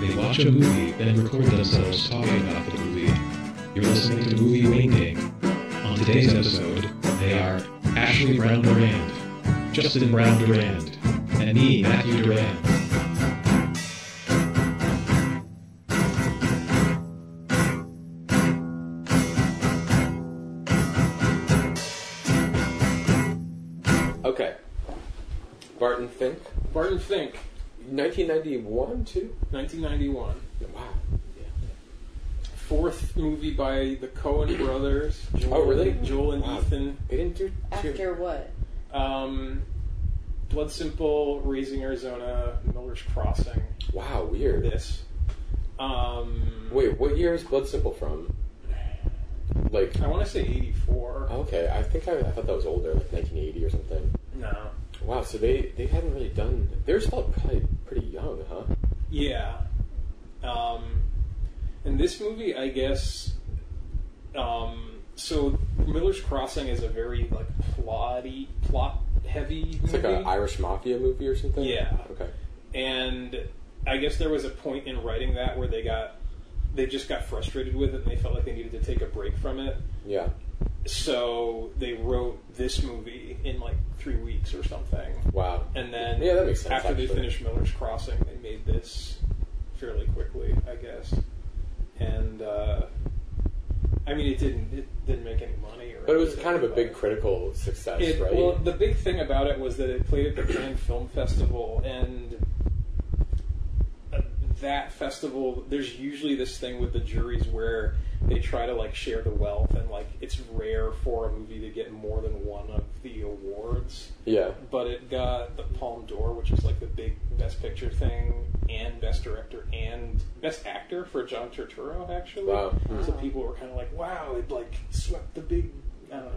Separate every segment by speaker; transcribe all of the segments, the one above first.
Speaker 1: They watch a movie, then record themselves talking about the movie. You're listening to Movie Wingding. On today's episode, they are Ashley Brown Durand, Justin Brown Durand, and me, Matthew Durand.
Speaker 2: Okay. Barton Fink,
Speaker 3: Barton Fink,
Speaker 2: 1991, too.
Speaker 3: 1991.
Speaker 2: Wow.
Speaker 3: Fourth movie by the Cohen brothers. Joel,
Speaker 2: Oh, really?
Speaker 3: Joel and
Speaker 2: Wow.
Speaker 3: Ethan.
Speaker 2: They didn't do two.
Speaker 4: After what?
Speaker 3: Um, Blood Simple, Raising Arizona, Miller's Crossing.
Speaker 2: Wow, weird.
Speaker 3: This. Um,
Speaker 2: Wait, what year is Blood Simple from? Like,
Speaker 3: I want to say 84.
Speaker 2: okay, I think I, I thought that was older, like 1980 or something.
Speaker 3: No.
Speaker 2: Wow, so they they hadn't really done. They were still probably pretty young, huh?
Speaker 3: Yeah. Um, and this movie, I guess. Um, so Miller's Crossing is a very like plotty, plot heavy.
Speaker 2: It's like
Speaker 3: movie.
Speaker 2: an Irish mafia movie or something.
Speaker 3: Yeah.
Speaker 2: Okay.
Speaker 3: and I guess there was a point in writing that where they got they just got frustrated with it and they felt like they needed to take a break from it.
Speaker 2: Yeah.
Speaker 3: So they wrote this movie in like three weeks or something.
Speaker 2: Wow.
Speaker 3: And then
Speaker 2: yeah, that makes sense.
Speaker 3: after they
Speaker 2: actually.
Speaker 3: finished Miller's Crossing, they made this fairly quickly, I guess. And uh, I mean, it didn't it didn't make any money, or
Speaker 2: but it was
Speaker 3: anything,
Speaker 2: kind of a
Speaker 3: but-
Speaker 2: big critical success,
Speaker 3: it,
Speaker 2: right?
Speaker 3: Well, the big thing about it was that it played at the Cannes Film Festival, and uh, that festival, there's usually this thing with the juries where they try to like share the wealth, and like it's rare for a movie to get more than one of the awards.
Speaker 2: yeah.
Speaker 3: But it got the Palme d'Or, which is like the big Best Picture thing, and Best Director and Best Actor for John Turturro, actually.
Speaker 2: Wow.
Speaker 3: So people were kind of like, "Wow, it like swept the big." I don't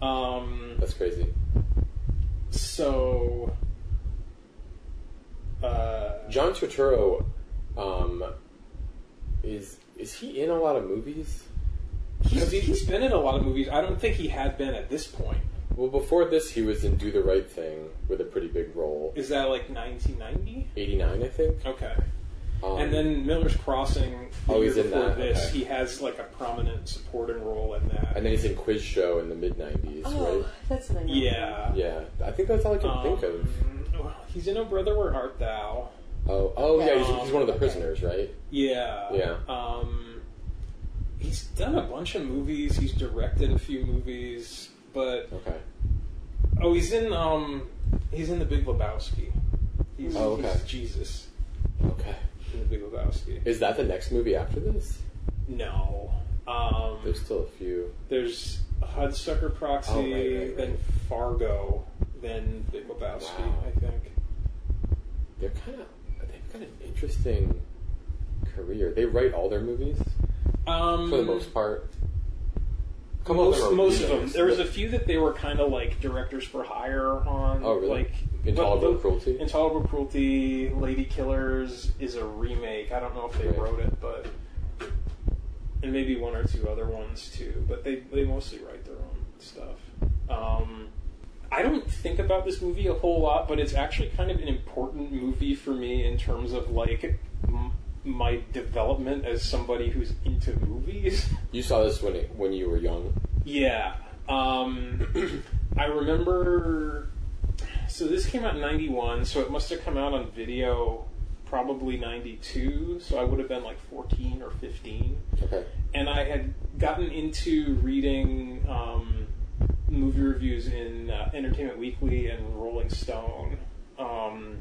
Speaker 3: know. Um,
Speaker 2: That's crazy.
Speaker 3: so, uh,
Speaker 2: John Turturro, um, is is he in a lot of movies?
Speaker 3: he's, he's been in a lot of movies. I don't think he had been at this point.
Speaker 2: Well, before this, he was in Do the Right Thing with a pretty big role,
Speaker 3: Is that like 1990?
Speaker 2: eighty nine, I think.
Speaker 3: Okay.
Speaker 2: Um,
Speaker 3: and then Miller's Crossing. The
Speaker 2: Oh,
Speaker 3: year
Speaker 2: he's in
Speaker 3: before
Speaker 2: that,
Speaker 3: This,
Speaker 2: okay.
Speaker 3: he has like a prominent supporting role in that.
Speaker 2: and then he's in Quiz Show in the mid nineties,
Speaker 4: Oh,
Speaker 2: right?
Speaker 4: that's what I know.
Speaker 3: yeah.
Speaker 2: Yeah, I think that's all I can
Speaker 3: Um,
Speaker 2: think of.
Speaker 3: He's in Oh Brother, Where Art Thou?
Speaker 2: Oh, oh yeah, he's,
Speaker 3: Um,
Speaker 2: he's one of the
Speaker 4: okay.
Speaker 2: prisoners, right?
Speaker 3: Yeah.
Speaker 2: Yeah.
Speaker 3: Um, he's done a bunch of movies. He's directed a few movies, but
Speaker 2: Okay.
Speaker 3: Oh, he's in um, he's in the Big Lebowski. He's,
Speaker 2: Oh, okay.
Speaker 3: he's Jesus
Speaker 2: Okay.
Speaker 3: in the Big Lebowski.
Speaker 2: Is that the next movie after this?
Speaker 3: No, um,
Speaker 2: There's still a few.
Speaker 3: there's Hudsucker Proxy,
Speaker 2: Oh, right, right,
Speaker 3: then
Speaker 2: right.
Speaker 3: Fargo, then Big Lebowski.
Speaker 2: Wow.
Speaker 3: I think.
Speaker 2: They're kind of they've got an interesting career. They write all their movies
Speaker 3: Um,
Speaker 2: for the most part. Come on,
Speaker 3: most,
Speaker 2: they're
Speaker 3: most of
Speaker 2: remakes,
Speaker 3: them. There was
Speaker 2: but-
Speaker 3: a few that they were kind of like directors for hire on.
Speaker 2: Oh, really?
Speaker 3: Like
Speaker 2: Intolerable
Speaker 3: but- but-
Speaker 2: Cruelty?
Speaker 3: Intolerable Cruelty, Lady Killers is a remake. I don't know if they
Speaker 2: Right.
Speaker 3: wrote it, but and maybe one or two other ones too. But they they mostly write their own stuff. Um, I don't think about this movie a whole lot, but it's actually kind of an important movie for me in terms of like m- my development as somebody who's into movies.
Speaker 2: You saw this when it, when you were young.
Speaker 3: Yeah. Um, I remember. So this came out in 91, so it must have come out on video probably 92, so I would have been like 14 or 15.
Speaker 2: Okay.
Speaker 3: And I had gotten into reading um, movie reviews in uh, Entertainment Weekly and Rolling Stone. Um,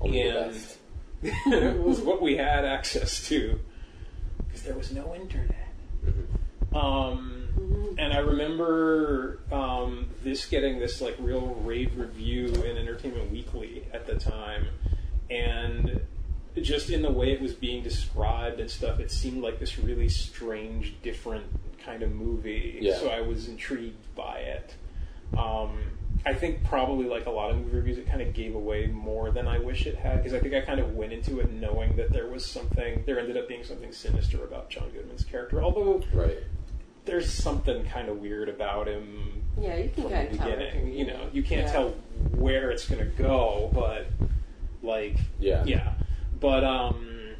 Speaker 2: Only the
Speaker 3: And-
Speaker 2: best.
Speaker 3: it was what we had access to because there was no internet.
Speaker 2: Mm-hmm.
Speaker 3: Um, and I remember um, this getting this like real rave review in Entertainment Weekly at the time, and just in the way it was being described and stuff, it seemed like this really strange, different kind of movie.
Speaker 2: Yeah.
Speaker 3: So I was intrigued by it. Um, I think probably like a lot of movie reviews, it kind of gave away more than I wish it had because I think I kind of went into it knowing that there was something, there ended up being something sinister about John Goodman's character. Although
Speaker 2: Right.
Speaker 3: there's something kind of weird about him
Speaker 4: Yeah, you can
Speaker 3: from
Speaker 4: kind
Speaker 3: the
Speaker 4: of tell.
Speaker 3: beginning. You know, you can't
Speaker 4: Yeah.
Speaker 3: tell where it's going to go, but like,
Speaker 2: Yeah.
Speaker 3: yeah. But um,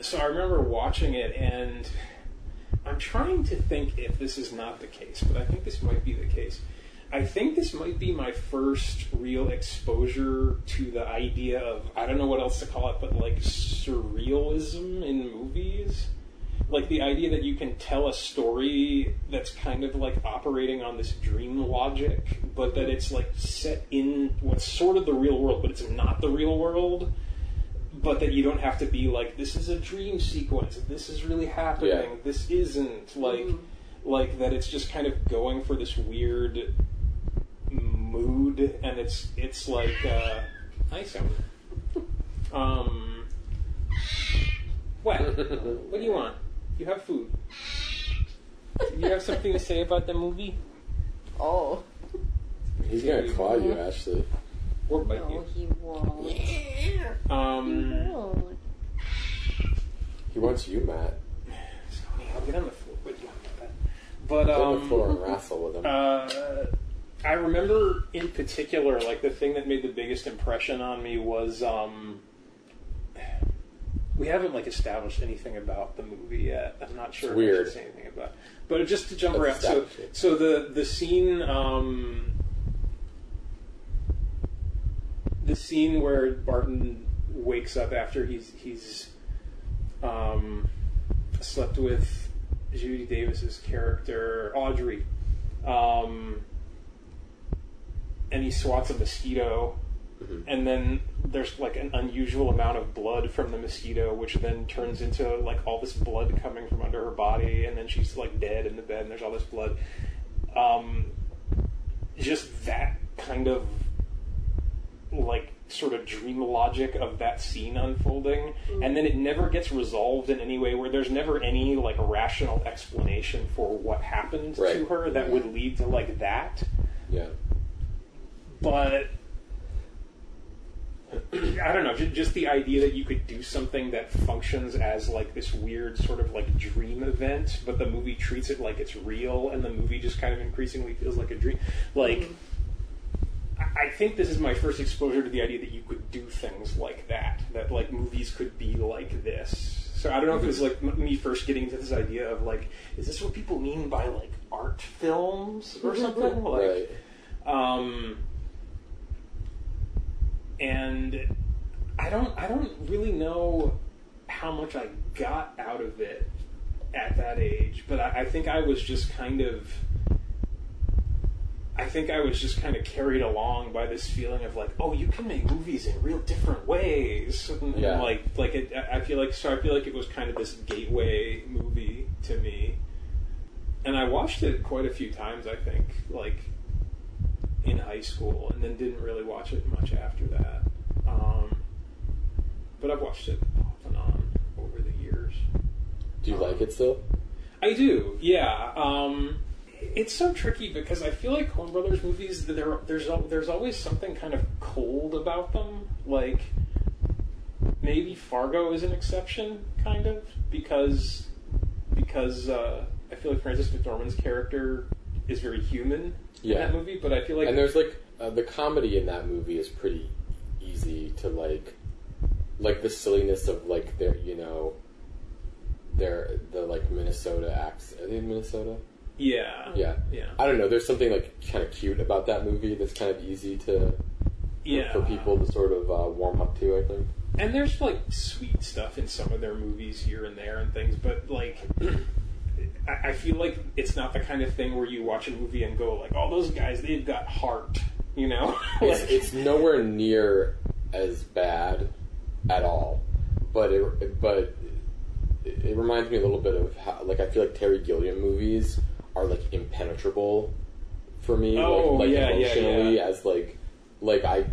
Speaker 3: so I remember watching it, and I'm trying to think if this is not the case, but I think this might be the case. I think this might be my first real exposure to the idea of I don't know what else to call it, but like surrealism in movies. Like the idea that you can tell a story that's kind of like operating on this dream logic, but that it's like set in what's sort of the real world, but it's not the real world but that you don't have to be like this is a dream sequence this is really happening
Speaker 2: Yeah.
Speaker 3: this isn't like like that it's just kind of going for this weird mood and it's it's like uh nice um what what do you want you have food you have something to say about the movie
Speaker 4: Oh.
Speaker 2: He's gonna claw you, Ashley.
Speaker 3: or bite
Speaker 4: No, he won't. He
Speaker 3: you um
Speaker 4: won't.
Speaker 2: He wants you, Matt.
Speaker 3: Sony, I'll get on the floor with you but
Speaker 2: Sit on
Speaker 3: um
Speaker 2: the floor and wrestle with him.
Speaker 3: Uh, I remember in particular, like the thing that made the biggest impression on me was um, we haven't like established anything about the movie yet. I'm not sure if I
Speaker 2: Weird.
Speaker 3: should say anything about, it. but just to jump around.
Speaker 2: Let's
Speaker 3: So,
Speaker 2: establish it.
Speaker 3: so the the scene. Um, the scene where Barton wakes up after he's he's um, slept with Judy Davis's character Audrey, um, and he swats a mosquito, and then there's like an unusual amount of blood from the mosquito, which then turns into like all this blood coming from under her body, and then she's like dead in the bed, and there's all this blood. Um, just that kind of like sort of dream logic of that scene unfolding and then it never gets resolved in any way where there's never any like rational explanation for what happened to
Speaker 2: Right.
Speaker 3: her that would lead to like that
Speaker 2: yeah.
Speaker 3: but I don't know, ju- just the idea that you could do something that functions as like this weird sort of like dream event, but the movie treats it like it's real, and the movie just kind of increasingly feels like a dream. Like, I I think this is my first exposure to the idea that you could do things like that, that like movies could be like this. So I don't know if it was like m- me first getting into this idea of like, is this what people mean by like art films or something? Like,
Speaker 2: Right.
Speaker 3: um, and I don't I don't really know how much I got out of it at that age, but I, I think I was just kind of I think I was just kind of carried along by this feeling of like, oh, you can make movies in real different ways. And
Speaker 2: Yeah.
Speaker 3: Like, like it, I I feel like so. I feel like it was kind of this gateway movie to me, and I watched it quite a few times. I think like in high school, and then didn't really watch it much after that. Um, but I've watched it off and on over the years.
Speaker 2: Do you like it still?
Speaker 3: I do, yeah. Um, it's so tricky because I feel like Coen Brothers movies, there, there's al- there's always something kind of cold about them. Like maybe Fargo is an exception, kind of because because uh, I feel like Francis McDormand's character is very human in
Speaker 2: Yeah.
Speaker 3: that movie, but I feel like
Speaker 2: and there's like uh, the comedy in that movie is pretty easy to like, like the silliness of like their you know, their the like Minnesota acts. Are they in Minnesota?
Speaker 3: yeah,
Speaker 2: Yeah.
Speaker 3: yeah,
Speaker 2: I don't know. There's something like kind of cute about that movie that's kind of easy to
Speaker 3: yeah.
Speaker 2: for people to sort of uh, warm up to. I think.
Speaker 3: and there's like sweet stuff in some of their movies here and there and things, but like I, I feel like it's not the kind of thing where you watch a movie and go like, "All those guys, they've got heart," you know?
Speaker 2: It's,
Speaker 3: Like-
Speaker 2: it's nowhere near as bad at all, but it but it it reminds me a little bit of how like I feel like Terry Gilliam movies are like impenetrable for me,
Speaker 3: Oh,
Speaker 2: like, like
Speaker 3: yeah, yeah,
Speaker 2: emotionally
Speaker 3: yeah.
Speaker 2: as like like I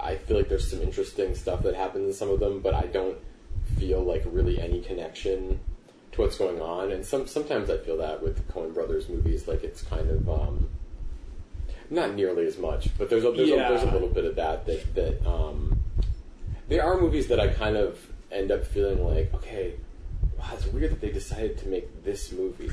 Speaker 2: I feel like there's some interesting stuff that happens in some of them, but I don't feel like really any connection to what's going on. And some sometimes I feel that with Coen Brothers movies, like it's kind of um, not nearly as much, but there's a, there's, a,
Speaker 3: Yeah.
Speaker 2: there's a little bit of that that that um, there are movies that I kind of end up feeling like okay. Wow, it's weird that they decided to make this movie.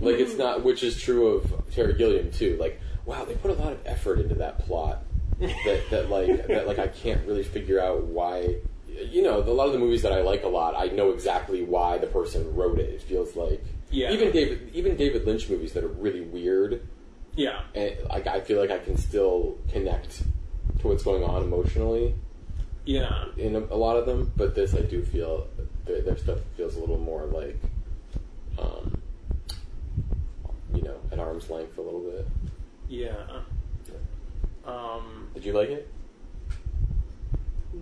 Speaker 2: like it's not, which is true of Terry Gilliam too. Like, wow, they put a lot of effort into that plot that, that like that like I can't really figure out why you know, a lot of the movies that I like a lot, I know exactly why the person wrote it. It feels like
Speaker 3: Yeah.
Speaker 2: even David even David Lynch movies that are really weird,
Speaker 3: Yeah.
Speaker 2: and like I feel like I can still connect to what's going on emotionally
Speaker 3: Yeah.
Speaker 2: in a, a lot of them. But this, I do feel their, their stuff feels a little more like, um, you know, at arm's length a little bit.
Speaker 3: Yeah. Um,
Speaker 2: Did you like it?
Speaker 5: Me.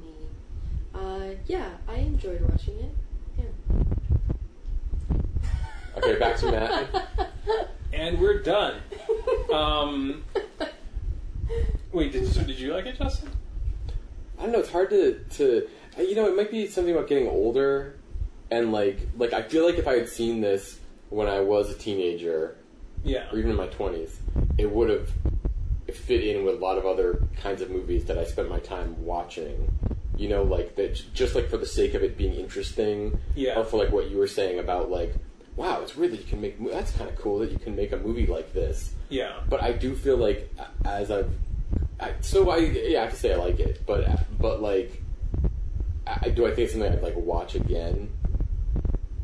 Speaker 5: Uh, yeah, I enjoyed watching it. Yeah.
Speaker 2: Okay, back to Matt.
Speaker 3: and we're done. Um, wait, did, so did you like it, Justin?
Speaker 2: I don't know. It's hard to to uh, you know. It might be something about getting older, and like like I feel like if I had seen this when I was a teenager
Speaker 3: Yeah.
Speaker 2: or even in my twenties, it would have fit in with a lot of other kinds of movies that I spent my time watching. You know, like that j- just like for the sake of it being interesting,
Speaker 3: Yeah.
Speaker 2: or for like what you were saying about like, wow, it's weird that you can make. mo- That's kind of cool that you can make a movie like this
Speaker 3: Yeah.
Speaker 2: but I do feel like a- as I've I, so I yeah I have to say I like it, but but like I, I- do I think it's something I'd like watch again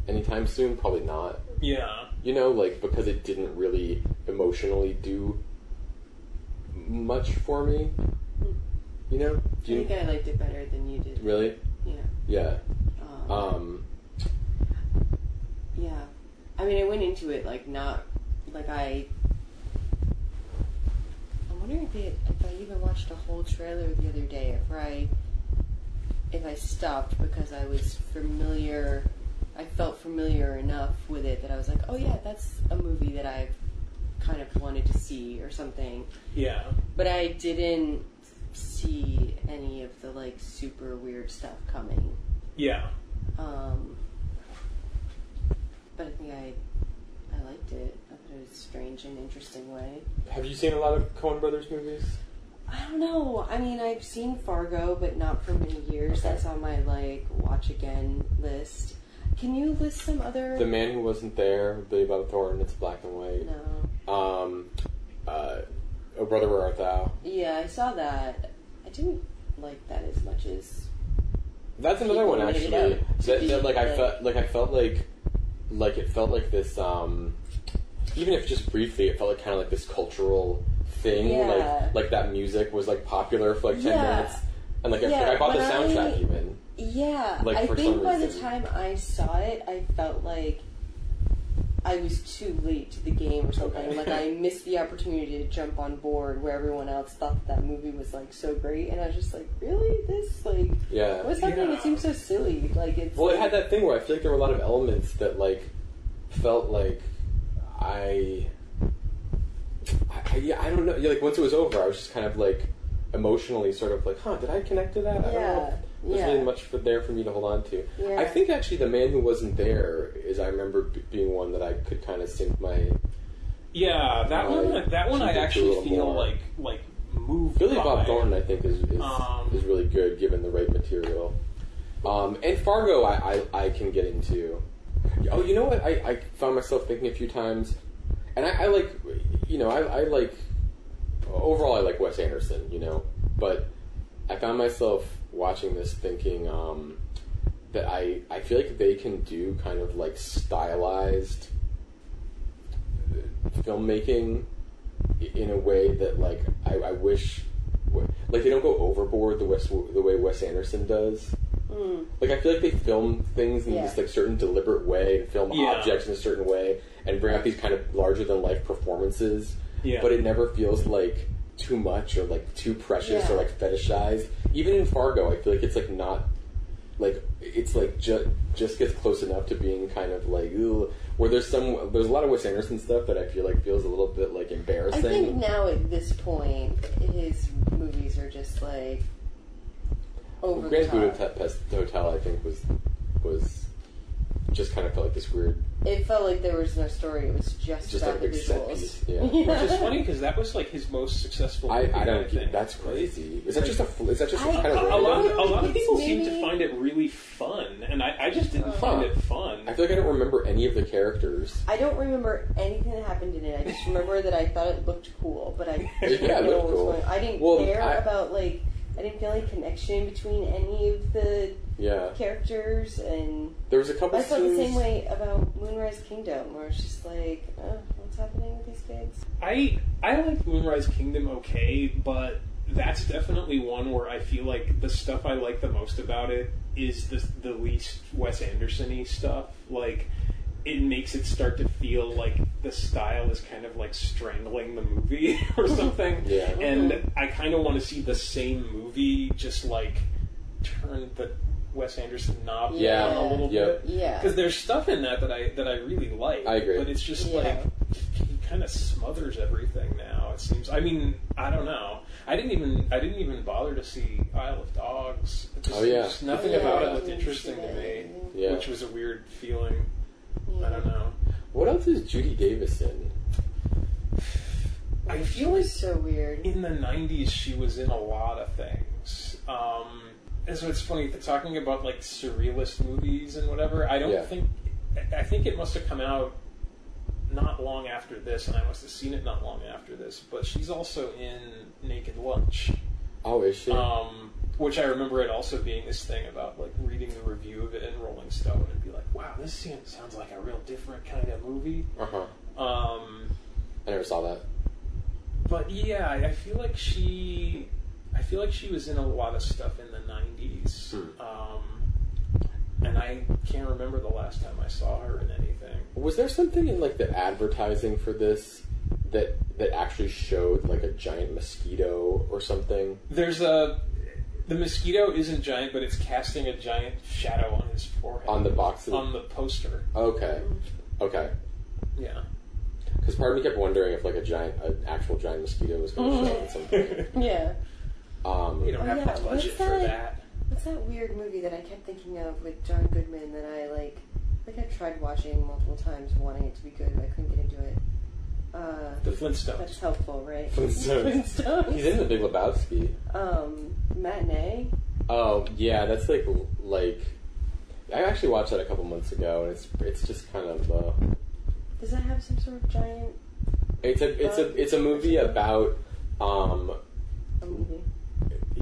Speaker 2: anytime soon? Probably not.
Speaker 3: Yeah.
Speaker 2: You know, like because it didn't really emotionally do much for me. You know,
Speaker 4: I
Speaker 2: do you
Speaker 4: think I liked it better than you did.
Speaker 2: really?
Speaker 4: Yeah.
Speaker 2: Yeah.
Speaker 4: Um,
Speaker 2: Um,
Speaker 4: Yeah. I mean, I went into it like not like I. I'm wondering if, it, if I even watched a whole trailer the other day. If I if I stopped because I was familiar, I felt familiar enough with it that I was like, oh yeah, that's a movie that I've kind of wanted to see or something.
Speaker 3: Yeah.
Speaker 4: But I didn't see any of the like super weird stuff coming.
Speaker 3: Yeah.
Speaker 4: Um, but I think I, I liked it. I thought it was strange and interesting way.
Speaker 2: have you seen a lot of Coen Brothers movies?
Speaker 4: I don't know. I mean, I've seen Fargo, but not for many years.
Speaker 2: Okay.
Speaker 4: That's on my like watch again list. Can you list some other?
Speaker 2: The Man Who Wasn't There, with Billy Bob Thornton. It's black and white.
Speaker 4: no.
Speaker 2: Um, uh, oh brother, where art thou?
Speaker 4: Yeah, I saw that. I didn't like that as much as
Speaker 2: That's another
Speaker 4: People
Speaker 2: one
Speaker 4: made
Speaker 2: actually.
Speaker 4: it up to
Speaker 2: That,
Speaker 4: be
Speaker 2: that like I
Speaker 4: the-
Speaker 2: felt like I felt like like it felt like this. Um, even if just briefly, it felt like kind of like this cultural thing.
Speaker 4: Yeah.
Speaker 2: Like like that music was like popular for like ten
Speaker 4: Yeah.
Speaker 2: minutes, and like I,
Speaker 4: Yeah,
Speaker 2: like, I bought the
Speaker 4: when I-
Speaker 2: soundtrack even.
Speaker 4: Yeah,
Speaker 2: Like,
Speaker 4: I
Speaker 2: for
Speaker 4: think
Speaker 2: some
Speaker 4: by the
Speaker 2: reason.
Speaker 4: time I saw it, I felt like I was too late to the game or something.
Speaker 2: Okay.
Speaker 4: Like I missed the opportunity to jump on board where everyone else thought that movie was like so great, and I was just like, really, this like
Speaker 2: Yeah.
Speaker 4: what's happening?
Speaker 3: Yeah.
Speaker 4: It seems so silly. Like it's
Speaker 2: Well, it had that thing where I feel like there were a lot of elements that like felt like I, I, I yeah, I don't know. Yeah, like once it was over, I was just kind of like emotionally sort of like, huh, did I connect to that? I don't know.
Speaker 4: Yeah,
Speaker 2: if There's
Speaker 4: yeah.
Speaker 2: really much for there for me to hold on to.
Speaker 4: Yeah.
Speaker 2: I think actually, the man who wasn't there is I remember b- being one that I could kind of sink my
Speaker 3: Yeah. That one.
Speaker 2: Right.
Speaker 3: That one.
Speaker 2: She
Speaker 3: I
Speaker 2: did do
Speaker 3: actually
Speaker 2: a
Speaker 3: feel
Speaker 2: more-
Speaker 3: like like moved.
Speaker 2: Billy
Speaker 3: by.
Speaker 2: Bob Thornton. I think is is,
Speaker 3: Um,
Speaker 2: is really good given the right material. Um, and Fargo, I, I I can get into. Oh, you know what? I, I found myself thinking a few times, and I, I like, you know, I, I like. Overall, I like Wes Anderson, you know, but I found myself watching this thinking um, that I I feel like they can do kind of like stylized uh, filmmaking i- in a way that like I, I wish w- like they don't go overboard the Wes the way Wes Anderson does.
Speaker 4: Mm,
Speaker 2: Like I feel like they film things in
Speaker 4: Yeah.
Speaker 2: this like certain deliberate way and film
Speaker 3: Yeah.
Speaker 2: objects in a certain way and bring out these kind of larger than life performances.
Speaker 3: Yeah.
Speaker 2: But it never feels like too much or like too precious or
Speaker 4: Yeah.
Speaker 2: like fetishized. Even in Fargo, I feel like it's like not like it's like ju- just gets close enough to being kind of like ooh, where there's some there's a lot of Wes Anderson stuff that I feel like feels a little bit like
Speaker 4: I
Speaker 2: embarrassing.
Speaker 4: think now at this point, his movies are just like over
Speaker 2: Grand
Speaker 4: the top.
Speaker 2: Budapest Hotel, I think, was was just kind of felt like this weird,
Speaker 4: It felt like there was no story. It was just,
Speaker 2: just like
Speaker 4: about
Speaker 2: a big
Speaker 4: the
Speaker 2: set
Speaker 4: visuals.
Speaker 2: piece. Yeah.
Speaker 3: Which is funny because that was like his most successful.
Speaker 2: I,
Speaker 3: movie,
Speaker 2: I don't.
Speaker 3: think.
Speaker 2: get That's crazy. Is that just a? fl- Is that just
Speaker 4: I-
Speaker 2: kind
Speaker 3: A,
Speaker 2: of?
Speaker 4: I-
Speaker 3: a lot,
Speaker 2: random?
Speaker 3: a lot of people seem to
Speaker 4: Maybe-
Speaker 3: find it really fun, and I, I just didn't find it fun.
Speaker 2: I feel like I don't remember any of the characters.
Speaker 4: I don't remember anything that happened in it. I just remember that I thought it looked cool, but I
Speaker 3: Yeah, it
Speaker 4: didn't know
Speaker 2: looked
Speaker 4: what was
Speaker 2: cool.
Speaker 4: going. I didn't
Speaker 2: Well,
Speaker 4: care
Speaker 2: I-
Speaker 4: about like I didn't feel any connection between any of the
Speaker 2: Yeah,
Speaker 4: characters, and
Speaker 2: there was a couple.
Speaker 4: I felt the
Speaker 2: scenes-
Speaker 4: same way about Moonrise Kingdom, where it's just like, oh, what's happening with these kids?
Speaker 3: I I like Moonrise Kingdom okay, but that's definitely one where I feel like the stuff I like the most about it is the the least Wes Anderson-y stuff. Like it makes it start to feel like the style is kind of like strangling the movie or something.
Speaker 2: Yeah.
Speaker 3: And I kind of want to see the same movie just like turn the Wes Anderson knob
Speaker 2: Yeah.
Speaker 3: down a little
Speaker 2: Yeah.
Speaker 3: bit
Speaker 4: Yeah.
Speaker 3: because there's stuff in that that I that I really like.
Speaker 2: I agree.
Speaker 3: but it's just
Speaker 4: Yeah.
Speaker 3: like he kind of smothers everything now. It seems. I mean, I don't know. I didn't even I didn't even bother to see Isle of Dogs. It just-
Speaker 2: Oh, yeah.
Speaker 3: just nothing
Speaker 4: Yeah,
Speaker 3: about
Speaker 4: I
Speaker 3: it looked
Speaker 4: didn't
Speaker 3: interesting
Speaker 4: see
Speaker 3: to me,
Speaker 4: that.
Speaker 2: Yeah.
Speaker 3: which was a weird feeling.
Speaker 4: Yeah.
Speaker 3: I don't know.
Speaker 2: What else is Judy Davis in?
Speaker 3: I
Speaker 4: Which
Speaker 3: feel
Speaker 4: was
Speaker 3: like
Speaker 4: so weird.
Speaker 3: in the '90s she was in a lot of things. Um, and so it's funny they're talking about like surrealist movies and whatever. I don't
Speaker 2: Yeah.
Speaker 3: think I- I think it must have come out not long after this, and I must have seen it not long after this. But she's also in Naked Lunch,
Speaker 2: Oh, is she?
Speaker 3: um, which I remember it also being this thing about like reading the review of it in Rolling Stone and be like, wow, this scene sounds like a real different kind of movie.
Speaker 2: uh huh.
Speaker 3: Um,
Speaker 2: I never saw that.
Speaker 3: but yeah, I I feel like she, I feel like she was in a lot of stuff in the '90s,
Speaker 2: Hmm.
Speaker 3: um, and I can't remember the last time I saw her in anything.
Speaker 2: Was there something in like the advertising for this that that actually showed like a giant mosquito or something?
Speaker 3: There's a, the mosquito isn't giant, but it's casting a giant shadow on his forehead
Speaker 2: On the box of-
Speaker 3: on the poster.
Speaker 2: Okay, okay.
Speaker 3: Yeah,
Speaker 2: Because part of me kept wondering if like a giant, an actual giant mosquito was going to show up at some point.
Speaker 4: Yeah.
Speaker 2: Um,
Speaker 3: we don't
Speaker 4: Oh,
Speaker 3: have
Speaker 4: yeah,
Speaker 3: the
Speaker 4: what's
Speaker 3: budget for
Speaker 4: that?
Speaker 3: that.
Speaker 4: What's that weird movie that I kept thinking of with John Goodman that I like? Like I tried watching multiple times, wanting it to be good, but I couldn't get into it. Uh,
Speaker 3: The Flintstones.
Speaker 4: that's helpful, right?
Speaker 2: Flintstones.
Speaker 4: Flintstones.
Speaker 2: He's in the Big Lebowski.
Speaker 4: um, matinee.
Speaker 2: Oh yeah, that's like like I actually watched that a couple months ago, and it's it's just kind of uh,
Speaker 4: Does that have some sort of giant
Speaker 2: it's a it's a it's a movie about um
Speaker 4: a movie?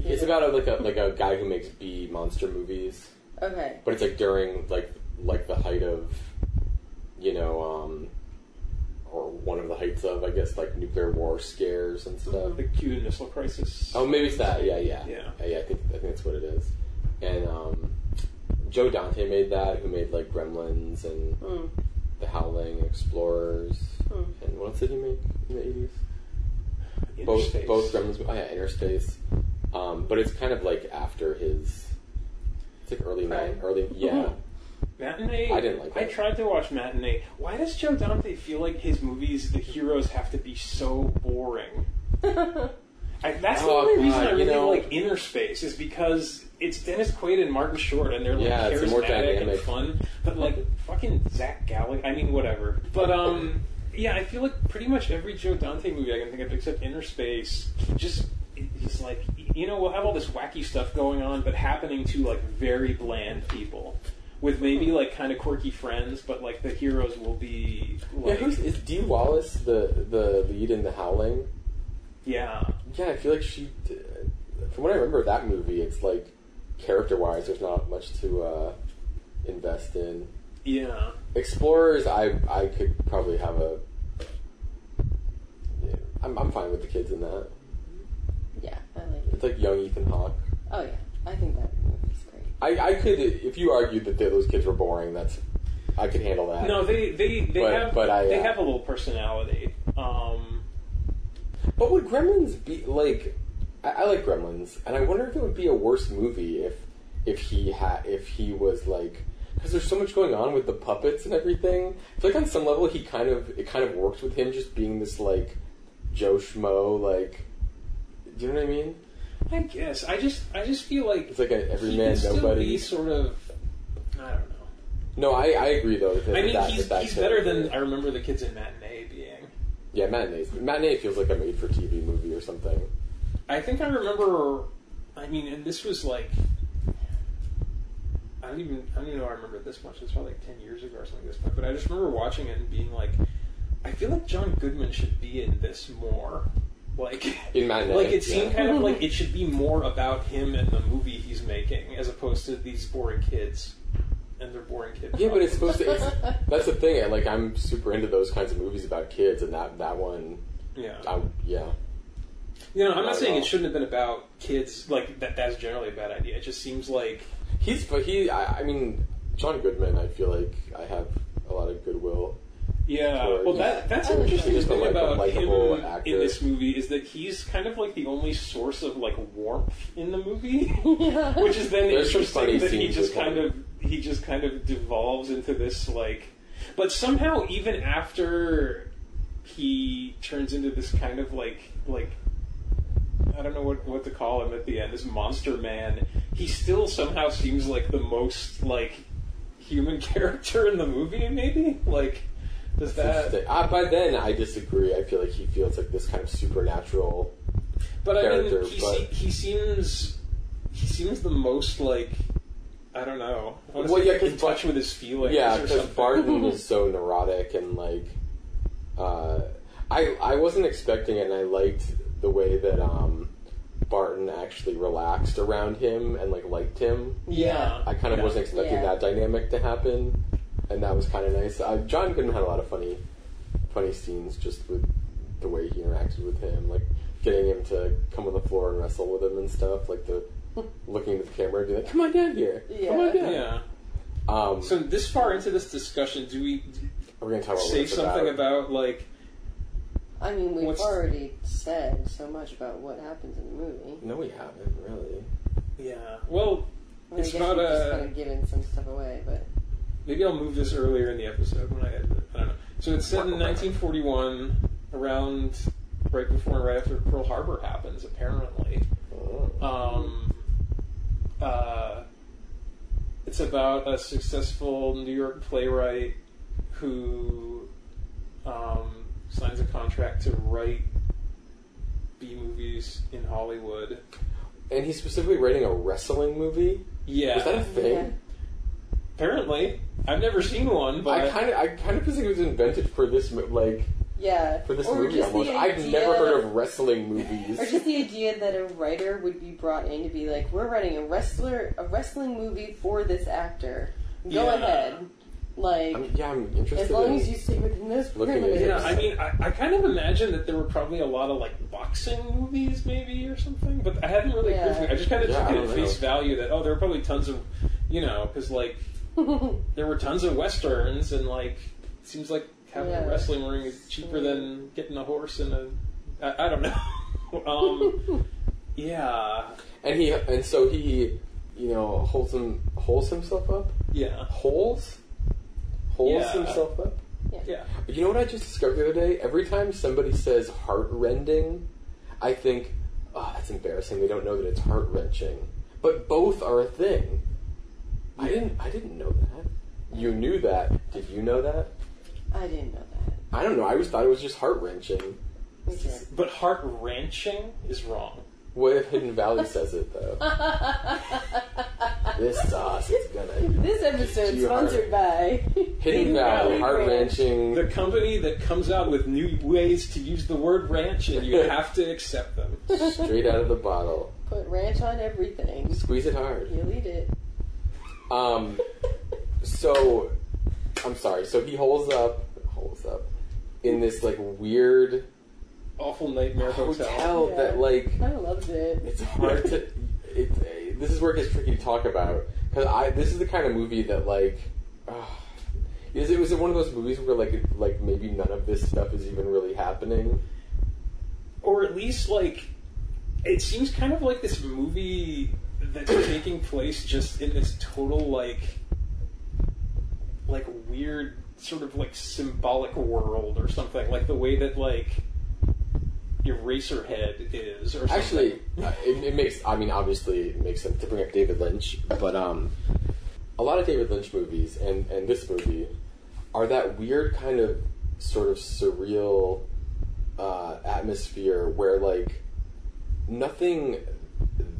Speaker 2: it's about a, like a like a guy who makes B monster movies,
Speaker 4: Okay.
Speaker 2: but it's like during like like the height of you know um or one of the heights of I guess like nuclear war scares and stuff.
Speaker 3: The Cuban Missile Crisis.
Speaker 2: Oh, maybe it's that. Yeah, yeah,
Speaker 3: Yeah.
Speaker 2: Uh, yeah I think I think that's what it is. And um, Joe Dante made that, who made like Gremlins and
Speaker 4: Mm.
Speaker 2: The Howling, Explorers,
Speaker 4: Hmm.
Speaker 2: and what else did he make in the eighties? Both
Speaker 3: Interspace.
Speaker 2: both Gremlins. Oh yeah, Interspace. Um, but it's kind of like after his. It's like early
Speaker 4: Prime.
Speaker 2: nine, early yeah.
Speaker 3: Matinee.
Speaker 2: I didn't like
Speaker 3: I
Speaker 2: it.
Speaker 3: tried to watch Matinee. Why does Joe Dante feel like his movies, the heroes, have to be so boring? I, that's the
Speaker 2: Oh,
Speaker 3: only reason
Speaker 2: God,
Speaker 3: I
Speaker 2: you
Speaker 3: really
Speaker 2: know-
Speaker 3: like Inner Space is because it's Dennis Quaid and Martin Short, and they're like
Speaker 2: Yeah,
Speaker 3: charismatic
Speaker 2: it's more
Speaker 3: and
Speaker 2: dynamic.
Speaker 3: fun. But like fucking Zach Gallic, I mean whatever. But um, yeah, I feel like pretty much every Joe Dante movie I can think of, except Inner Space, just he's like, you know, we'll have all this wacky stuff going on, but happening to like very bland people. With maybe like kind of quirky friends, but like the heroes will be
Speaker 2: Yeah,
Speaker 3: like
Speaker 2: who's is Dee Wallace the the lead in The Howling?
Speaker 3: yeah.
Speaker 2: Yeah, I feel like she. d- From what I remember of that movie, it's like character wise, there's not much to uh, invest in.
Speaker 3: yeah.
Speaker 2: Explorers, I I could probably have a. Yeah, I'm I'm fine with the kids in that.
Speaker 4: Yeah, I like it.
Speaker 2: It's like young Ethan Hawke.
Speaker 4: Oh yeah, I think that movie's great.
Speaker 2: I I could if you argued that those kids were boring, that's I could handle that.
Speaker 3: No, they they, they
Speaker 2: But-
Speaker 3: have
Speaker 2: but I,
Speaker 3: they
Speaker 2: uh,
Speaker 3: have a little personality. Um,
Speaker 2: But would Gremlins be like? I, I like Gremlins, and I wonder if it would be a worse movie if if he had if he was like because there's so much going on with the puppets and everything. I feel like on some level he kind of it kind of works with him just being this like Joe Schmo like. Do you know what I mean?
Speaker 3: I guess I just I just feel like
Speaker 2: It's like a
Speaker 3: he
Speaker 2: everyman
Speaker 3: can still be
Speaker 2: nobody.
Speaker 3: sort of I don't know.
Speaker 2: No, I, I agree though. That,
Speaker 3: I mean,
Speaker 2: that,
Speaker 3: he's,
Speaker 2: that
Speaker 3: he's better than I
Speaker 2: character-
Speaker 3: remember the kids in matinee being.
Speaker 2: yeah. Matinee, matinee feels like a made-for-TV movie or something.
Speaker 3: I think I remember. I mean, and this was like I don't even I don't even know I remember this much. It's probably like ten years ago or something like this. But, but I just remember watching it and being like, I feel like John Goodman should be in this more. Like,
Speaker 2: In my
Speaker 3: like it
Speaker 2: notes,
Speaker 3: seemed
Speaker 2: yeah.
Speaker 3: kind of like it should be more about him and the movie he's making, as opposed to these boring kids and their boring kids.
Speaker 2: Yeah, but it's supposed to. It's, that's the thing. I- Like, I'm super into those kinds of movies about kids, and that that one,
Speaker 3: yeah.
Speaker 2: I, yeah,
Speaker 3: You know, I'm not
Speaker 2: Not at
Speaker 3: saying it
Speaker 2: all.
Speaker 3: shouldn't have been about kids. Like that, that's generally a bad idea. It just seems like
Speaker 2: he's but he. I, I mean, John Goodman. I feel like I have a lot of goodwill.
Speaker 3: Yeah,
Speaker 2: Or-
Speaker 3: well, that, that's an
Speaker 5: I
Speaker 3: interesting
Speaker 5: just
Speaker 3: thing
Speaker 2: don't like the
Speaker 3: about
Speaker 2: likable
Speaker 3: him
Speaker 2: actor.
Speaker 3: in this movie is that he's kind of like the only source of like warmth in the movie, which is then
Speaker 2: There's some
Speaker 3: interesting
Speaker 2: funny
Speaker 3: that he
Speaker 2: scenes
Speaker 3: just
Speaker 2: with
Speaker 3: kind
Speaker 2: him.
Speaker 3: of he just kind of devolves into this like, but somehow even after he turns into this kind of like like. I don't know what, what to call him at the end. This monster man, he still somehow seems like the most like human character in the movie. Maybe like does that
Speaker 2: Interesting. Ah, by then, I disagree. I feel like he feels like this kind of supernatural.
Speaker 3: But I mean,
Speaker 2: character,
Speaker 3: he,
Speaker 2: but-
Speaker 3: se- he seems he seems the most like I don't know. I wanna
Speaker 2: Well,
Speaker 3: say,
Speaker 2: yeah, 'cause
Speaker 3: in touch
Speaker 2: Bar-
Speaker 3: with his feelings.
Speaker 2: Yeah,
Speaker 3: or
Speaker 2: because
Speaker 3: something.
Speaker 2: Barton is so neurotic and like, uh, I I wasn't expecting it, and I liked the way that um, Barton actually relaxed around him and like liked him.
Speaker 3: Yeah,
Speaker 2: I kind of
Speaker 3: Yeah.
Speaker 2: wasn't expecting
Speaker 4: Yeah.
Speaker 2: that dynamic to happen, and that was kind of nice. Uh, John Goodman had a lot of funny, funny scenes just with the way he interacted with him, like getting him to come on the floor and wrestle with him and stuff, like the looking into the camera and being like, "Come on down here, come on
Speaker 3: Yeah.
Speaker 2: down." Um,
Speaker 3: So this far into this discussion, do we
Speaker 2: we're gonna talk about
Speaker 3: say
Speaker 2: what it's
Speaker 3: something about like
Speaker 4: I mean, we've
Speaker 3: What's-
Speaker 4: already said so much about what happens in the movie.
Speaker 2: No, we haven't really.
Speaker 3: yeah? Well,
Speaker 4: I mean,
Speaker 3: It's
Speaker 4: I guess
Speaker 3: not
Speaker 4: we're
Speaker 3: a-
Speaker 4: just kind of giving some stuff away, but
Speaker 3: maybe I'll move this earlier in the episode when I edit it. I don't know. So it's set in 1941, around right before and right after Pearl Harbor happens, apparently.
Speaker 2: Oh.
Speaker 3: Um, uh, it's about a successful New York playwright who um, signs a contract to write B movies in Hollywood.
Speaker 2: and he's specifically writing a wrestling movie.
Speaker 3: Yeah,
Speaker 2: Was that a thing?
Speaker 3: apparently I've never seen one, but
Speaker 2: I kind of, I kind of think it was invented for this, mo- like
Speaker 4: yeah,
Speaker 2: for this
Speaker 4: or
Speaker 2: movie
Speaker 4: just the
Speaker 2: almost. I've
Speaker 4: idea-
Speaker 2: never heard of wrestling movies.
Speaker 4: Or just the idea that a writer would be brought in to be like, we're writing a wrestler, a wrestling movie for this actor. Go
Speaker 3: Yeah.
Speaker 4: ahead, like
Speaker 2: I'm, yeah, I'm interested.
Speaker 4: as long
Speaker 2: in,
Speaker 4: as you stay within those
Speaker 2: Looking at it.
Speaker 4: parameters.
Speaker 3: yeah, I mean, I, I kind of imagine that there were probably a lot of like boxing movies, maybe or something. But I hadn't really.
Speaker 4: Yeah.
Speaker 3: I just kind of
Speaker 2: Yeah, I
Speaker 3: took it
Speaker 2: don't
Speaker 3: at
Speaker 2: know.
Speaker 3: face value that oh, there were probably tons of, you know, because like there were tons of westerns and like it seems like having
Speaker 4: Yeah.
Speaker 3: a wrestling ring is cheaper than getting a horse and a I, I don't know um yeah
Speaker 2: and he and so he, you know, holds him holds himself up,
Speaker 3: yeah
Speaker 2: holds, holds
Speaker 3: Yeah.
Speaker 2: himself up.
Speaker 3: yeah
Speaker 2: But you know what I just discovered the other day? Every time somebody says heartrending, I think, oh, that's embarrassing. They don't know that it's heart wrenching. But both are a thing. I didn't. I didn't know that. You knew that. Did you know that?
Speaker 4: I didn't know that.
Speaker 2: I don't know. I always thought it was just heart wrenching.
Speaker 4: Me too.
Speaker 3: but heart wrenching is wrong
Speaker 2: What if Hidden Valley says it though? This sauce is gonna.
Speaker 4: this episode
Speaker 2: You are-
Speaker 4: sponsored by
Speaker 2: Hidden Valley,
Speaker 3: Valley
Speaker 2: heart
Speaker 3: the
Speaker 2: wrenching.
Speaker 3: company that comes out with new ways to use the word ranch and you have to accept them
Speaker 2: Straight out of the bottle.
Speaker 4: Put ranch on everything.
Speaker 2: Squeeze it hard.
Speaker 4: You'll eat it.
Speaker 2: Um. So, I'm sorry. So he holds up, holds up, in this like weird
Speaker 3: awful nightmare hotel,
Speaker 2: hotel
Speaker 4: Yeah.
Speaker 2: that like
Speaker 4: I loved it.
Speaker 2: it's hard to. It, it- this is where it gets tricky to talk about because I this is the kind of movie that like. Uh, is it was it one of those movies where like it- like maybe none of this stuff is even really happening?
Speaker 3: or at least like it seems kind of like this movie that's taking place just in this total like like weird sort of like symbolic world or something like the way that like Eraserhead is or something.
Speaker 2: Actually, uh, it, it makes. I mean, obviously, it makes sense to bring up David Lynch, but um, a lot of David Lynch movies and and this movie are that weird kind of sort of surreal uh, atmosphere where like nothing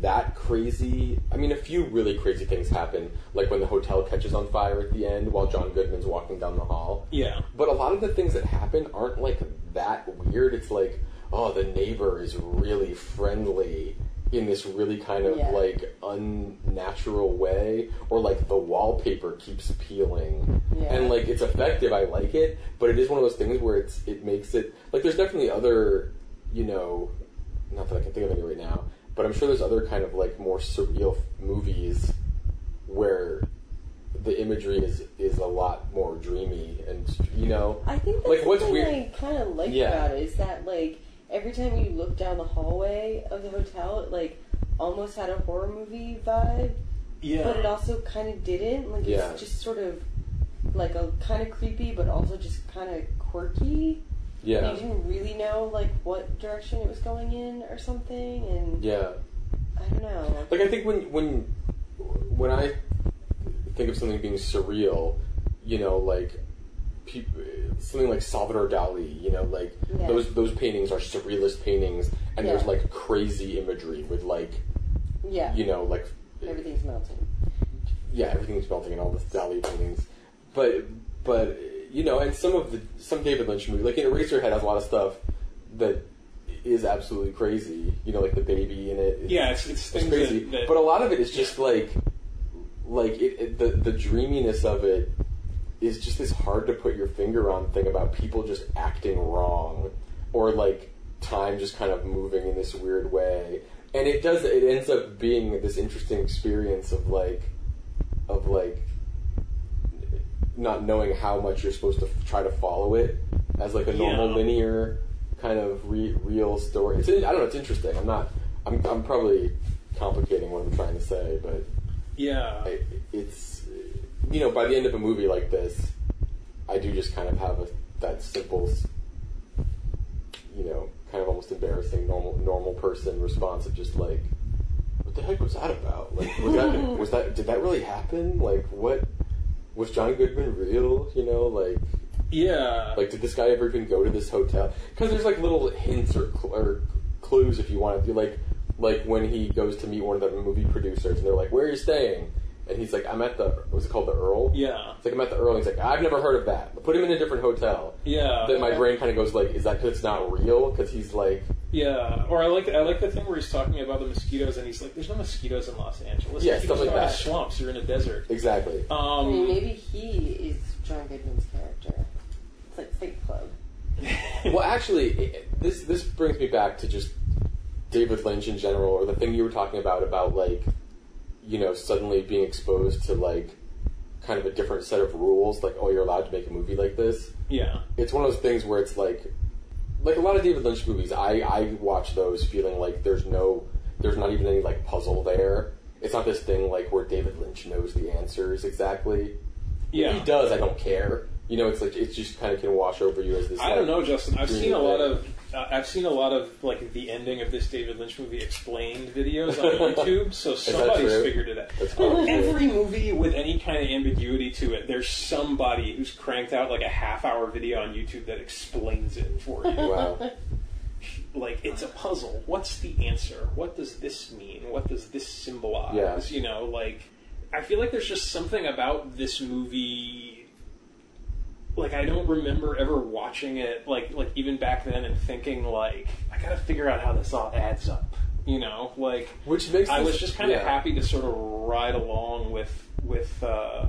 Speaker 2: that crazy. I mean, a few really crazy things happen, like when the hotel catches on fire at the end while John Goodman's walking down the hall.
Speaker 3: yeah
Speaker 2: But a lot of the things that happen aren't like that weird. It's like, oh, the neighbor is really friendly in this really kind of
Speaker 4: Yeah.
Speaker 2: like unnatural way, or like the wallpaper keeps peeling,
Speaker 4: Yeah.
Speaker 2: and like it's effective. I like it, but it is one of those things where it's it makes it like there's definitely other, you know, not that I can think of any right now, but I'm sure there's other kind of like more surreal f- movies where the imagery is is a lot more dreamy and you know
Speaker 4: I think that's
Speaker 2: Like, what's
Speaker 4: something
Speaker 2: weird-
Speaker 4: I kind of like
Speaker 2: Yeah.
Speaker 4: about it is that like every time you look down the hallway of the hotel, it like almost had a horror movie vibe,
Speaker 3: Yeah.
Speaker 4: but it also kind of didn't. Like
Speaker 2: Yeah.
Speaker 4: it's just sort of like a kind of creepy, but also just kind of quirky.
Speaker 2: yeah
Speaker 4: You didn't really know like what direction it was going in or something, and
Speaker 2: yeah
Speaker 4: I don't know.
Speaker 2: like I think when when when I think of something being surreal, you know, like peop something like Salvador Dali, you know, like
Speaker 4: Yeah.
Speaker 2: those those paintings are surrealist paintings, and there's
Speaker 4: Yeah.
Speaker 2: like crazy imagery with like
Speaker 4: Yeah,
Speaker 2: you know like
Speaker 4: everything's melting.
Speaker 2: yeah, everything's melting and all the Dali paintings. But but you know, and some of the some David Lynch movies, like Eraserhead, has a lot of stuff that is absolutely crazy. You know, like the baby in it.
Speaker 3: Yeah, it's, it's
Speaker 2: it's
Speaker 3: things
Speaker 2: crazy.
Speaker 3: that, that
Speaker 2: but a lot of it is just like like it, it, the the dreaminess of it is just this hard to put your finger on thing about people just acting wrong or like time just kind of moving in this weird way and it does it ends up being this interesting experience of like of like not knowing how much you're supposed to f- try to follow it as like a normal
Speaker 3: Yeah.
Speaker 2: linear kind of re- real story. It's I don't know. It's interesting. I'm not. I'm I'm probably complicating what I'm trying to say, but
Speaker 3: yeah.
Speaker 2: I, it's you know by the end of a movie like this, I do just kind of have a that simple, you know, kind of almost embarrassing normal normal person response of just like, what the heck was that about? Like was that was that did that really happen? Like what was John Goodman real? You know, like
Speaker 3: yeah.
Speaker 2: like did this guy ever even go to this hotel? Because there's like little hints or, cl- or clues if you want to. Like like when he goes to meet one of the movie producers and they're like, where are you staying? And he's like, I'm at the what's it called, the Earl?
Speaker 3: yeah.
Speaker 2: It's like I'm at the Earl. And he's like, I've never heard of that. Put him in a different hotel.
Speaker 3: Yeah.
Speaker 2: Then my brain kind of goes like, is that because it's not real? Because he's like,
Speaker 3: Yeah, or I like I like the thing where he's talking about the mosquitoes, and he's like, "There's no mosquitoes in Los Angeles.
Speaker 2: Yeah,
Speaker 3: Mosquitoes
Speaker 2: stuff like
Speaker 3: are in
Speaker 2: that.
Speaker 3: swamps. You're in a desert."
Speaker 2: exactly.
Speaker 4: I mean,
Speaker 3: Um,
Speaker 4: maybe he is John Goodman's character. It's like Fight Club.
Speaker 2: well, actually, it, this this brings me back to just David Lynch in general, or the thing you were talking about about like, you know, suddenly being exposed to like kind of a different set of rules, like oh, you're allowed to make a movie like this.
Speaker 3: yeah,
Speaker 2: It's one of those things where it's like, like a lot of David Lynch movies, I I watch those feeling like there's no, there's not even any like puzzle there. It's not this thing like where David Lynch knows the answers exactly.
Speaker 3: yeah.
Speaker 2: If he does, I don't care. You know, it's like it's just kind of can wash over you as this.
Speaker 3: I
Speaker 2: like,
Speaker 3: don't know, Justin. I've
Speaker 2: Green
Speaker 3: seen a
Speaker 2: Day.
Speaker 3: lot of uh, I've seen a lot of like the ending of this David Lynch movie explained videos on YouTube, so
Speaker 2: that
Speaker 3: somebody's
Speaker 2: true?
Speaker 3: figured it out.
Speaker 2: That's probably true.
Speaker 3: Every movie with any kind of ambiguity to it, there's somebody who's cranked out like a half hour video on YouTube that explains it for you.
Speaker 2: Wow.
Speaker 3: like it's a puzzle. What's the answer? What does this mean? What does this symbolize?
Speaker 2: Yeah.
Speaker 3: You know, like I feel like there's just something about this movie like I don't remember ever watching it like like even back then and thinking like I got to figure out how this all adds up. You know, like
Speaker 2: Which makes
Speaker 3: I
Speaker 2: this-
Speaker 3: was just kind of
Speaker 2: yeah.
Speaker 3: happy to sort of ride along with with uh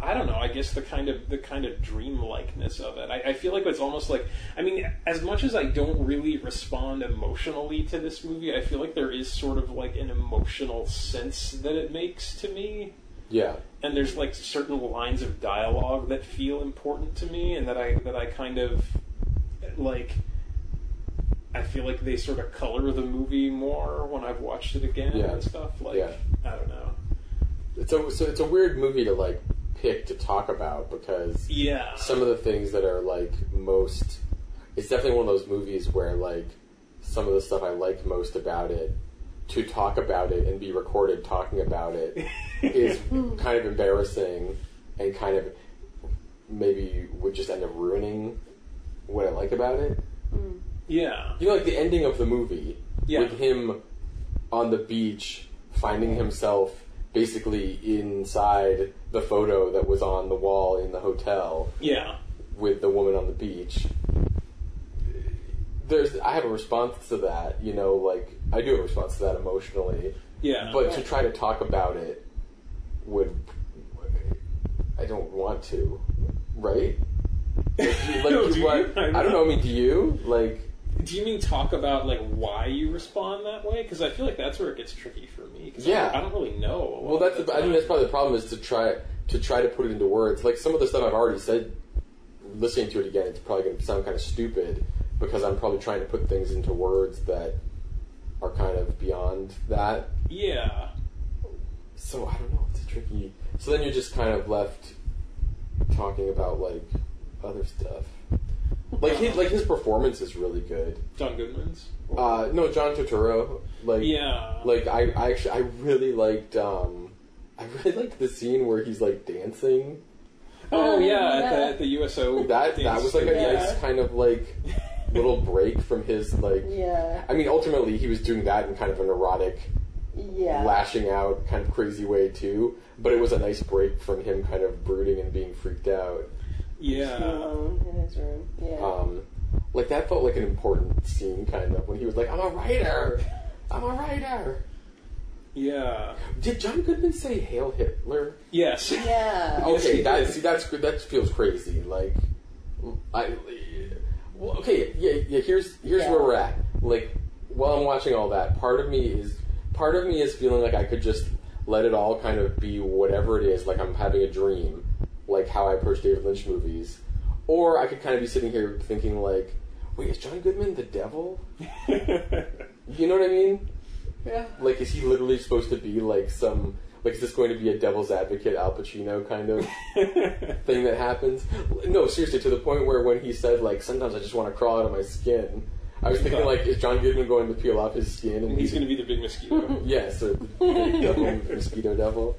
Speaker 3: I don't know. I guess the kind of the kind of dreamlikeness of it. I, I feel like it's almost like I mean, as much as I don't really respond emotionally to this movie, I feel like there is sort of like an emotional sense that it makes to me,
Speaker 2: Yeah.
Speaker 3: and there's like certain lines of dialogue that feel important to me, and that I that I kind of like. I feel like they sort of color the movie more when I've watched it again
Speaker 2: Yeah.
Speaker 3: and stuff. Like
Speaker 2: Yeah.
Speaker 3: I don't know.
Speaker 2: It's a so it's a weird movie to like pick to talk about because
Speaker 3: Yeah.
Speaker 2: some of the things that are like most it's definitely one of those movies where like some of the stuff I like most about it to talk about it and be recorded talking about it is kind of embarrassing and kind of maybe would just end up ruining what I like about it.
Speaker 3: yeah.
Speaker 2: You know, like the ending of the movie
Speaker 3: Yeah.
Speaker 2: with him on the beach finding himself basically inside the photo that was on the wall in the hotel
Speaker 3: Yeah.
Speaker 2: with the woman on the beach. there's I have a response to that. You know, like I do have a response to that emotionally,
Speaker 3: Yeah.
Speaker 2: but to try to talk about it would I don't want to, right? Like,
Speaker 3: No,
Speaker 2: you
Speaker 3: do
Speaker 2: want-
Speaker 3: you? I
Speaker 2: I don't know.
Speaker 3: know.
Speaker 2: I mean, do you like?
Speaker 3: Do you mean talk about like why you respond that way? Because I feel like that's where it gets tricky for me. 'cause I-
Speaker 2: Yeah.
Speaker 3: I, don't really know.
Speaker 2: Well, that's the, I think that's probably the problem is to try to try to put it into words. Like some of the stuff I've already said. Listening to it again, it's probably going to sound kind of stupid because I'm probably trying to put things into words that are kind of beyond that.
Speaker 3: yeah.
Speaker 2: So I don't know. It's a tricky. So then you're just kind of left talking about like other stuff. Like his like his performance is really good.
Speaker 3: John Goodman's.
Speaker 2: Uh, no, John Turturro. Like
Speaker 3: yeah.
Speaker 2: like I, I actually I really liked um I really liked the scene where he's like dancing.
Speaker 3: oh yeah, At, the,
Speaker 4: Yeah.
Speaker 3: at the USO.
Speaker 2: That that
Speaker 3: dance
Speaker 2: was like a
Speaker 3: studio.
Speaker 2: nice kind of like little break from his like.
Speaker 4: Yeah.
Speaker 2: I mean, ultimately he was doing that in kind of an erotic,
Speaker 4: Yeah.
Speaker 2: lashing out kind of crazy way too. But it was a nice break from him kind of brooding and being freaked out.
Speaker 3: Yeah.
Speaker 4: Alone in his room. Yeah.
Speaker 2: Um, like that felt like an important scene, kind of when he was like, "I'm a writer, I'm a writer."
Speaker 3: Yeah.
Speaker 2: Did John Goodman say "Hail Hitler"?
Speaker 3: Yes.
Speaker 4: yeah.
Speaker 3: Yes, he
Speaker 2: Okay, that
Speaker 3: did.
Speaker 2: see that's that feels crazy. Like, I well, okay, yeah, yeah. Here's here's
Speaker 4: Yeah.
Speaker 2: where we're at. Like, while I'm watching all that, part of me is part of me is feeling like I could just let it all kind of be whatever it is. Like I'm having a dream, like how I approach David Lynch movies, or I could kind of be sitting here thinking like, wait, is John Goodman the devil? You know what I mean?
Speaker 4: Yeah.
Speaker 2: Like, is he literally supposed to be like some? Like, is this going to be a devil's advocate Al Pacino kind of? thing that happens. No, seriously, to the point where when he said like sometimes I just want to crawl out of my skin, I was thinking like is John Goodman going to peel off his skin and
Speaker 3: He's going to be the big mosquito.
Speaker 2: yes or the big devil, mosquito devil.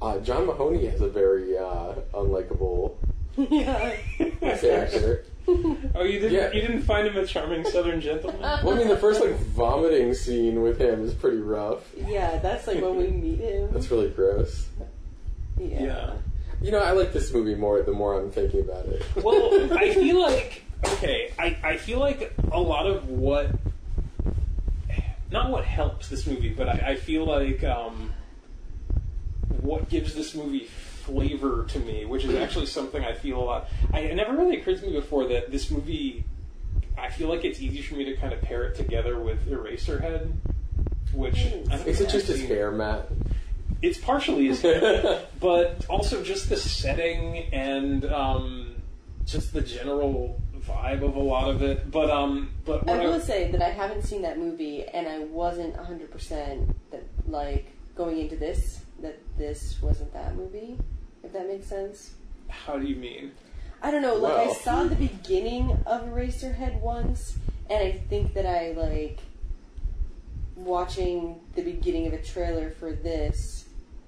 Speaker 2: Uh, John Mahoney has a very uh, unlikable
Speaker 4: yeah.
Speaker 2: character.
Speaker 3: Oh, you didn't.
Speaker 2: Yeah.
Speaker 3: You didn't find him a charming Southern gentleman.
Speaker 2: well, I mean, the first like vomiting scene with him is pretty rough.
Speaker 4: Yeah, that's like when we meet him.
Speaker 2: That's really gross.
Speaker 4: yeah.
Speaker 3: Yeah.
Speaker 2: You know, I like this movie more the more I'm thinking about it.
Speaker 3: Well, I feel like okay. I, I feel like a lot of what not what helps this movie, but I, I feel like um, what gives this movie flavor to me, which is actually something I feel a lot. I it never really occurred to me before that this movie. I feel like it's easy for me to kind of pair it together with Eraserhead, which I don't
Speaker 2: Hmm. Is it just his
Speaker 3: actually-
Speaker 2: hair, Matt?
Speaker 3: It's partially his hair but also just the setting and um, just the general vibe of a lot of it. But um, but
Speaker 4: I
Speaker 3: what
Speaker 4: will
Speaker 3: I,
Speaker 4: say that I haven't seen that movie, and I wasn't 100% that, like, going into this, that this wasn't that movie, if that makes sense.
Speaker 3: how do you mean?
Speaker 4: I don't know, like, I
Speaker 2: Well.
Speaker 4: saw the beginning of Eraserhead once, and I think that I, like, watching the beginning of a trailer for this,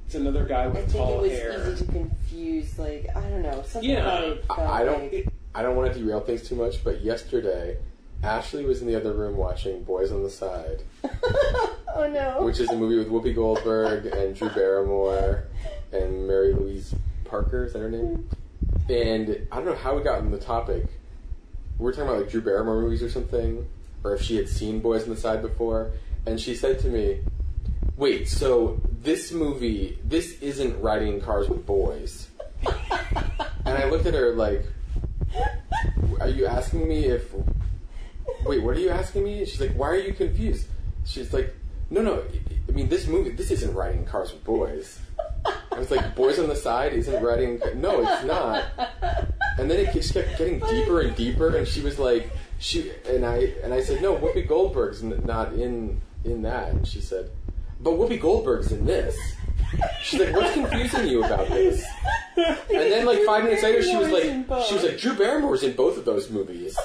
Speaker 3: It's another guy
Speaker 4: I
Speaker 3: with
Speaker 4: think it
Speaker 3: tall
Speaker 4: was
Speaker 3: hair.
Speaker 4: easy to confuse, like, I don't know, something
Speaker 3: Yeah.
Speaker 4: about it felt
Speaker 2: I- I don't-
Speaker 4: like,
Speaker 2: I don't want to derail things too much, but yesterday, Ashley was in the other room watching Boys on the Side,
Speaker 4: oh no.
Speaker 2: which is a movie with Whoopi Goldberg and Drew Barrymore and Mary Louise Parker, is that her name? And I don't know how we got on the topic. We were talking about like Drew Barrymore movies or something, or if she had seen Boys on the Side before, and she said to me, Wait, so this movie, this isn't riding in cars with boys. And I looked at her like, are you asking me if wait what are you asking me she's like why are you confused she's like no no i mean this movie this isn't riding cars with boys i was like boys on the side isn't riding no it's not and then it just kept getting deeper and deeper and she was like she and i and i said no whoopi goldberg's n- not in in that and she said but whoopi goldberg's in this she's like what's confusing you about this and then like five minutes later, she was like, she was like, Drew Barrymore's in both of those movies.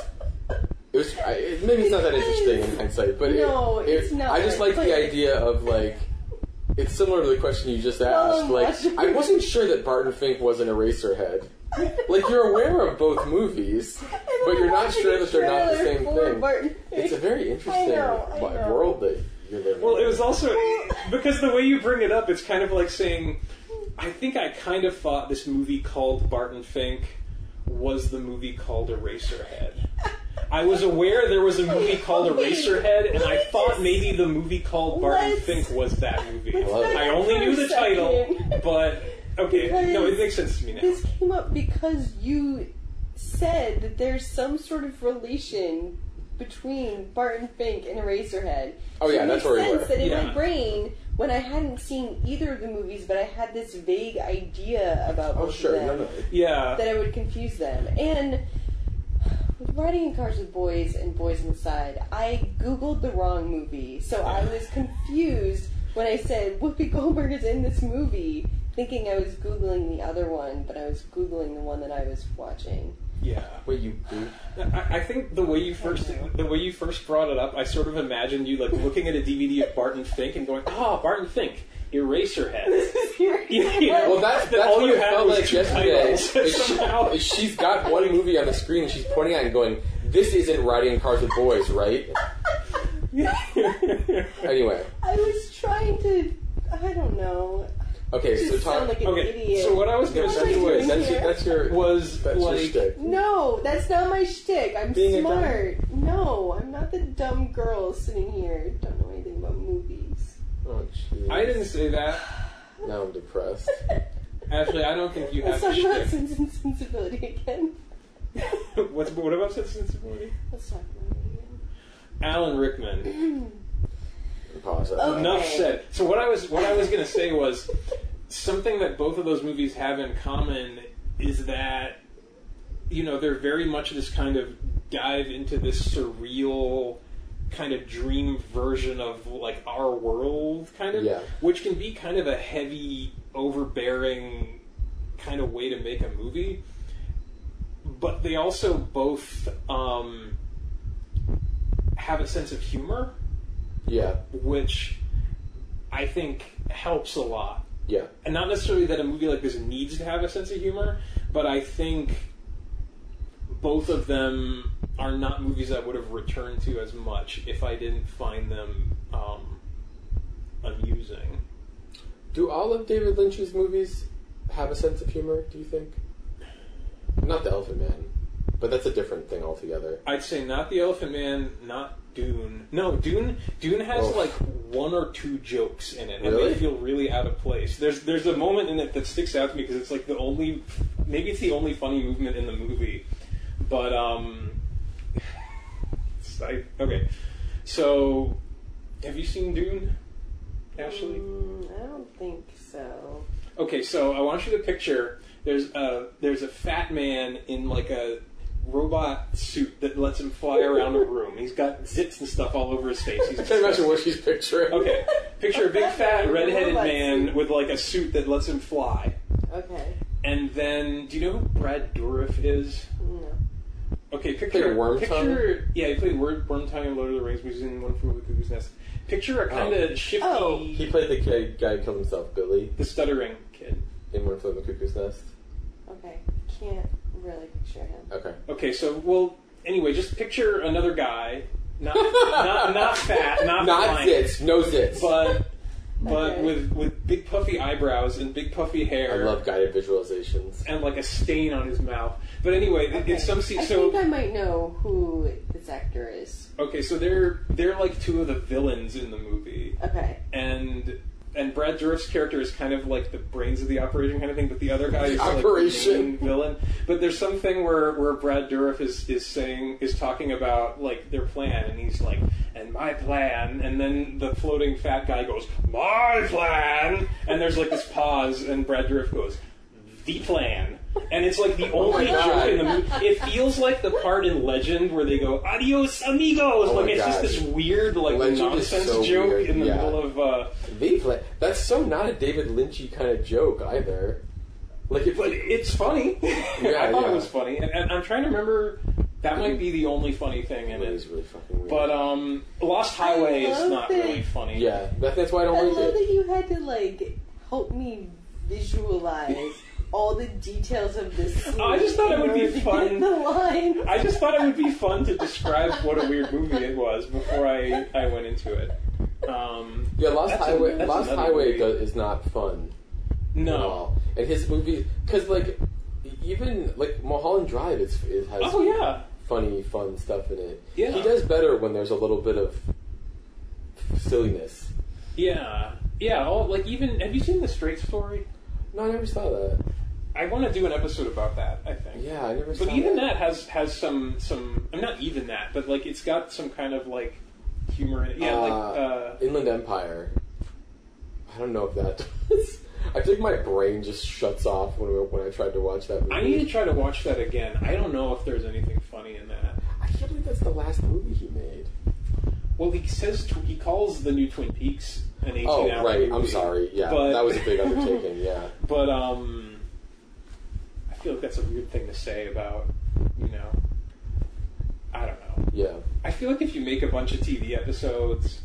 Speaker 2: It was I, it, maybe it's not that interesting in hindsight, but it-
Speaker 4: No,
Speaker 2: it,
Speaker 4: it's not.
Speaker 2: I just like
Speaker 4: But-
Speaker 2: the idea of like. It's similar to the question you just
Speaker 4: Oh
Speaker 2: asked.
Speaker 4: my
Speaker 2: like,
Speaker 4: God.
Speaker 2: I wasn't sure that Barton Fink was an Eraserhead. Like, you're aware of both movies, but you're not sure that they're not the same thing. It's a very interesting
Speaker 4: know, I
Speaker 2: wi-
Speaker 4: know.
Speaker 2: world that you're living.
Speaker 3: Well, it
Speaker 2: in.
Speaker 3: was also because the way you bring it up, it's kind of like saying, I think I kind of thought this movie called Barton Fink was the movie called Eraserhead. I was aware there was a movie called
Speaker 4: Wait,
Speaker 3: Eraserhead, and
Speaker 4: what
Speaker 3: I
Speaker 4: is
Speaker 3: thought
Speaker 4: this?
Speaker 3: maybe the movie called Barton
Speaker 4: What?
Speaker 3: Fink was that movie.
Speaker 4: Let's
Speaker 2: love it.
Speaker 4: back
Speaker 3: I
Speaker 4: up
Speaker 3: only
Speaker 4: for a
Speaker 3: knew the title,
Speaker 4: second.
Speaker 3: but okay, no, it
Speaker 4: Because
Speaker 3: makes sense to me now.
Speaker 4: This came up because you said that there's some sort of relation between Barton Fink and Eraserhead.
Speaker 2: Oh, yeah,
Speaker 4: So it
Speaker 2: that's
Speaker 4: makes
Speaker 2: where we
Speaker 4: sense
Speaker 2: were.
Speaker 4: that in
Speaker 3: Yeah.
Speaker 4: my brain, when I hadn't seen either of the movies, but I had this vague idea about
Speaker 2: Oh,
Speaker 4: both
Speaker 2: sure.
Speaker 4: of them,
Speaker 2: No, no.
Speaker 3: Yeah,
Speaker 4: that I would confuse them. And with riding in cars with boys and boys on the side, I googled the wrong movie, so I was confused when I said Whoopi Goldberg is in this movie, thinking I was googling the other one, but I was googling the one that I was watching.
Speaker 3: yeah.
Speaker 2: Wait, you goof.
Speaker 3: I, I think the way you first the way you first brought it up, I sort of imagined you like looking at a DVD of Barton Fink and going, "Ah, Barton Fink, Eraserhead." You know,
Speaker 2: Well, that's,
Speaker 3: that
Speaker 2: that's
Speaker 3: all
Speaker 2: what
Speaker 3: you
Speaker 2: it
Speaker 3: had
Speaker 2: felt
Speaker 3: was
Speaker 2: like
Speaker 3: two
Speaker 2: yesterday.
Speaker 3: titles
Speaker 2: Is she-
Speaker 3: somehow.
Speaker 2: is she's got one movie on the screen and she's pointing at it and going, this isn't Riding Cars with Boys, right? Anyway,
Speaker 4: I was trying to. I don't know.
Speaker 2: okay, so
Speaker 4: Just sound
Speaker 2: talk.
Speaker 4: like an
Speaker 3: okay,
Speaker 4: idiot.
Speaker 3: so what I was going to
Speaker 2: that's,
Speaker 4: What
Speaker 3: say
Speaker 4: am I
Speaker 2: your,
Speaker 3: was
Speaker 4: doing
Speaker 2: that's, your,
Speaker 4: here?
Speaker 2: that's your.
Speaker 3: was
Speaker 2: that's your
Speaker 3: like
Speaker 2: shtick.
Speaker 4: no, that's not my shtick. I'm
Speaker 2: Being a dumb-
Speaker 4: smart. No, I'm not the dumb girl sitting here. Don't know anything about movies.
Speaker 2: Oh, jeez.
Speaker 3: I didn't say that.
Speaker 2: Now I'm depressed.
Speaker 3: Actually, I don't think you
Speaker 4: Let's
Speaker 3: have
Speaker 4: talk
Speaker 3: a
Speaker 4: about
Speaker 3: shtick.
Speaker 4: Sense and Sensibility again.
Speaker 3: What's what about Sense and Sensibility?
Speaker 4: Let's talk about it again.
Speaker 3: Alan Rickman.
Speaker 2: Pause.
Speaker 4: Okay.
Speaker 3: Enough said. So what I was what I was going to say was something that both of those movies have in common is that you know they're very much this kind of dive into this surreal kind of dream version of like our world kind of
Speaker 2: Yeah.
Speaker 3: which can be kind of a heavy overbearing kind of way to make a movie but they also both um, have a sense of humor
Speaker 2: Yeah,
Speaker 3: which i think helps a lot
Speaker 2: yeah.
Speaker 3: and not necessarily that a movie like this needs to have a sense of humor, but I think both of them are not movies I would have returned to as much if I didn't find them um, amusing.
Speaker 2: Do all of David Lynch's movies have a sense of humor, do you think? Not The Elephant Man, but that's a different thing altogether.
Speaker 3: I'd say not The Elephant Man, not Dune. No, Dune. Dune has
Speaker 2: Oh.
Speaker 3: like one or two jokes in it, and
Speaker 2: Really?
Speaker 3: they feel really out of place. There's there's a moment in it that sticks out to me because it's like the only, maybe it's the only funny movement in the movie, but um, it's- I, okay. So, have you seen Dune, Ashley?
Speaker 4: Mm, I don't think so.
Speaker 3: Okay, so I want you to picture there's a there's a fat man in like a robot suit that lets him fly around a room. He's got zits and stuff all over his face. He's
Speaker 2: I can't imagine what she's picturing.
Speaker 3: Okay, picture a big fat redheaded
Speaker 4: Robot
Speaker 3: man
Speaker 4: suit.
Speaker 3: with like a suit that lets him fly.
Speaker 4: Okay.
Speaker 3: And then, do you know who Brad Dourif is?
Speaker 4: No.
Speaker 3: Okay,
Speaker 2: Played
Speaker 3: picture
Speaker 2: Worm
Speaker 3: picture yeah, he played Word Worm Tongue in Lord of the Rings, which is in one from the Cuckoo's Nest. Picture a kind of
Speaker 2: Oh.
Speaker 3: shifty,
Speaker 4: Oh.
Speaker 2: He played the guy, guy who killed himself, Billy,
Speaker 3: the stuttering kid.
Speaker 2: in One Flew Over the Cuckoo's Nest.
Speaker 4: Okay. Can't really picture him.
Speaker 2: Okay.
Speaker 3: Okay, so well, anyway, just picture another guy, not not, not fat, not
Speaker 2: Not
Speaker 3: blind,
Speaker 2: zits, no zits.
Speaker 3: but but
Speaker 4: Okay.
Speaker 3: with with big puffy eyebrows and big puffy
Speaker 2: I
Speaker 3: hair,
Speaker 2: love guided visualizations.
Speaker 3: and like a stain on his mouth. But anyway, in-
Speaker 4: Okay.
Speaker 3: in some se-
Speaker 4: I
Speaker 3: so
Speaker 4: think I might know who this actor is.
Speaker 3: okay, so they're they're like two of the villains in the movie,
Speaker 4: Okay.
Speaker 3: and. And Brad Dourif's character is kind of like the brains of the operation kind of thing, but the other guy is
Speaker 2: The
Speaker 3: like
Speaker 2: operation.
Speaker 3: the main villain. But there's something where where Brad Dourif is is saying is talking about like their plan, and he's like, "And my plan," and then the floating fat guy goes, "My plan," and there's like this pause, and Brad Dourif goes, "The plan," and it's like the
Speaker 2: Oh my
Speaker 3: only
Speaker 2: God.
Speaker 3: joke in the movie. It feels like the part in Legend where they go, "Adios amigos,"
Speaker 2: Oh my
Speaker 3: like it's just
Speaker 2: God.
Speaker 3: this weird like
Speaker 2: Legend is
Speaker 3: nonsense
Speaker 2: so
Speaker 3: joke
Speaker 2: weird,
Speaker 3: in the
Speaker 2: yeah.
Speaker 3: middle of. Uh,
Speaker 2: The play. That's so not a David Lynchy kind of joke either. Like if
Speaker 3: But it's funny. I thought
Speaker 2: yeah.
Speaker 3: it was funny, and, and I'm trying to remember. That might be the only funny thing in
Speaker 2: That is
Speaker 3: it.
Speaker 2: really fucking weird.
Speaker 3: But um, Lost Highway
Speaker 4: I
Speaker 3: is
Speaker 4: love
Speaker 3: not
Speaker 4: that-
Speaker 3: really funny.
Speaker 2: yeah, that, that's why I
Speaker 4: I
Speaker 2: don't like
Speaker 4: love
Speaker 2: it.
Speaker 4: that you had to like help me visualize all the details of this. Scene
Speaker 3: I just thought it
Speaker 4: in
Speaker 3: would be
Speaker 4: order to
Speaker 3: fun.
Speaker 4: get The line.
Speaker 3: I just thought it would be fun to describe what a weird movie it was before I, I went into it. Um,
Speaker 2: Yeah, Lost
Speaker 3: That's a-
Speaker 2: Highway.
Speaker 3: that's
Speaker 2: Lost
Speaker 3: another
Speaker 2: Highway
Speaker 3: movie.
Speaker 2: does, is not fun. at
Speaker 3: no.
Speaker 2: all. And his movie, because like even like Mulholland Drive is, is has
Speaker 3: Oh yeah.
Speaker 2: funny, fun stuff in it.
Speaker 3: Yeah.
Speaker 2: He does better when there's a little bit of silliness.
Speaker 3: Yeah, yeah. All, like even have you seen the Straight Story?
Speaker 2: No, I never saw that.
Speaker 3: I want to do an episode about that. I think.
Speaker 2: Yeah, I never saw
Speaker 3: But even that has has some some. I'm not even that, but like it's got some kind of like humor in it. Yeah, like uh,
Speaker 2: Inland Empire. I don't know if that does. I think my brain just shuts off when, when I tried to watch that movie.
Speaker 3: I need to try to watch that again. I don't know if there's anything funny in that.
Speaker 2: I can't believe that's the last movie he made.
Speaker 3: Well, he says tw- he calls the new Twin Peaks an 18
Speaker 2: Oh,
Speaker 3: hour
Speaker 2: right. I'm
Speaker 3: movie,
Speaker 2: sorry. Yeah,
Speaker 3: but-
Speaker 2: that was a big undertaking. Yeah.
Speaker 3: But um, I feel like that's a weird thing to say about you know. I don't know.
Speaker 2: Yeah.
Speaker 3: I feel like if you make a bunch of TV episodes,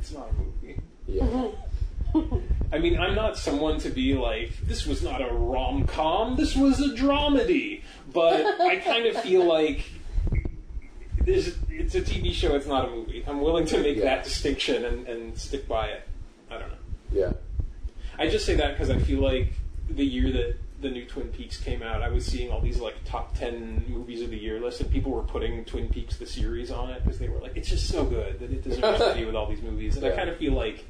Speaker 3: it's not a movie.
Speaker 2: Yeah.
Speaker 3: I mean, I'm not someone to be like, this was not a rom com, this was a dramedy. But I kind of feel like this, it's a TV show, it's not a movie. I'm willing to make
Speaker 2: Yeah.
Speaker 3: that distinction and, and stick by it. I don't know.
Speaker 2: Yeah.
Speaker 3: I just say that because I feel like the year that the new Twin Peaks came out, I was seeing all these like top ten movies of the year lists, and people were putting Twin Peaks the series on it because they were like, it's just so good that it deserves to be with all these movies. And I
Speaker 2: Yeah.
Speaker 3: kind of feel like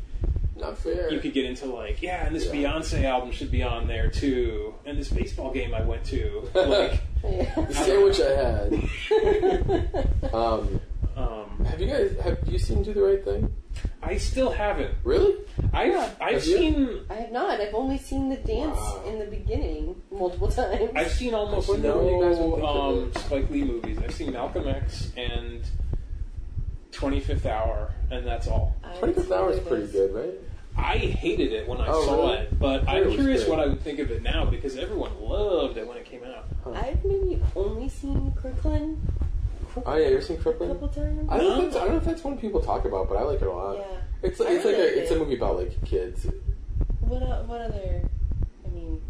Speaker 2: Not fair.
Speaker 3: you could get into like, yeah, and this
Speaker 2: Yeah.
Speaker 3: Beyonce album should be on there too, and this baseball game I went to, like,
Speaker 2: the sandwich I had. Um,
Speaker 3: um,
Speaker 2: have you guys have you seen Do the Right Thing?
Speaker 3: I still haven't.
Speaker 2: Really?
Speaker 3: I've
Speaker 4: Yeah.
Speaker 3: I've
Speaker 2: Have you?
Speaker 3: seen
Speaker 4: I have not. I've only seen the dance
Speaker 2: Wow.
Speaker 4: in the beginning multiple times.
Speaker 3: I've seen almost
Speaker 2: I wonder what you guys would
Speaker 3: no
Speaker 2: think
Speaker 3: um,
Speaker 2: of it.
Speaker 3: Spike Lee movies. I've seen Malcolm X and 25th Hour, and that's all.
Speaker 4: I
Speaker 2: Twenty Fifth Hour is
Speaker 4: haven't
Speaker 2: pretty
Speaker 4: seen
Speaker 2: good, right?
Speaker 3: I hated it when I
Speaker 2: Oh,
Speaker 3: saw
Speaker 2: really?
Speaker 3: it, but
Speaker 2: I heard it
Speaker 3: I'm
Speaker 2: was
Speaker 3: curious
Speaker 2: good.
Speaker 3: what I would think of it now because everyone loved it when it came out.
Speaker 4: this. I've maybe only seen Crooklyn
Speaker 2: Oh yeah, you ever seen
Speaker 4: a couple
Speaker 2: Crooklyn?
Speaker 4: times.
Speaker 2: I don't, know if that's, I don't know if that's one people talk about, but I like it a lot.
Speaker 4: yeah.
Speaker 2: It's
Speaker 4: I
Speaker 2: it's like
Speaker 4: really like
Speaker 2: a it's a
Speaker 4: it.
Speaker 2: movie about like kids.
Speaker 4: What o- what other? I mean,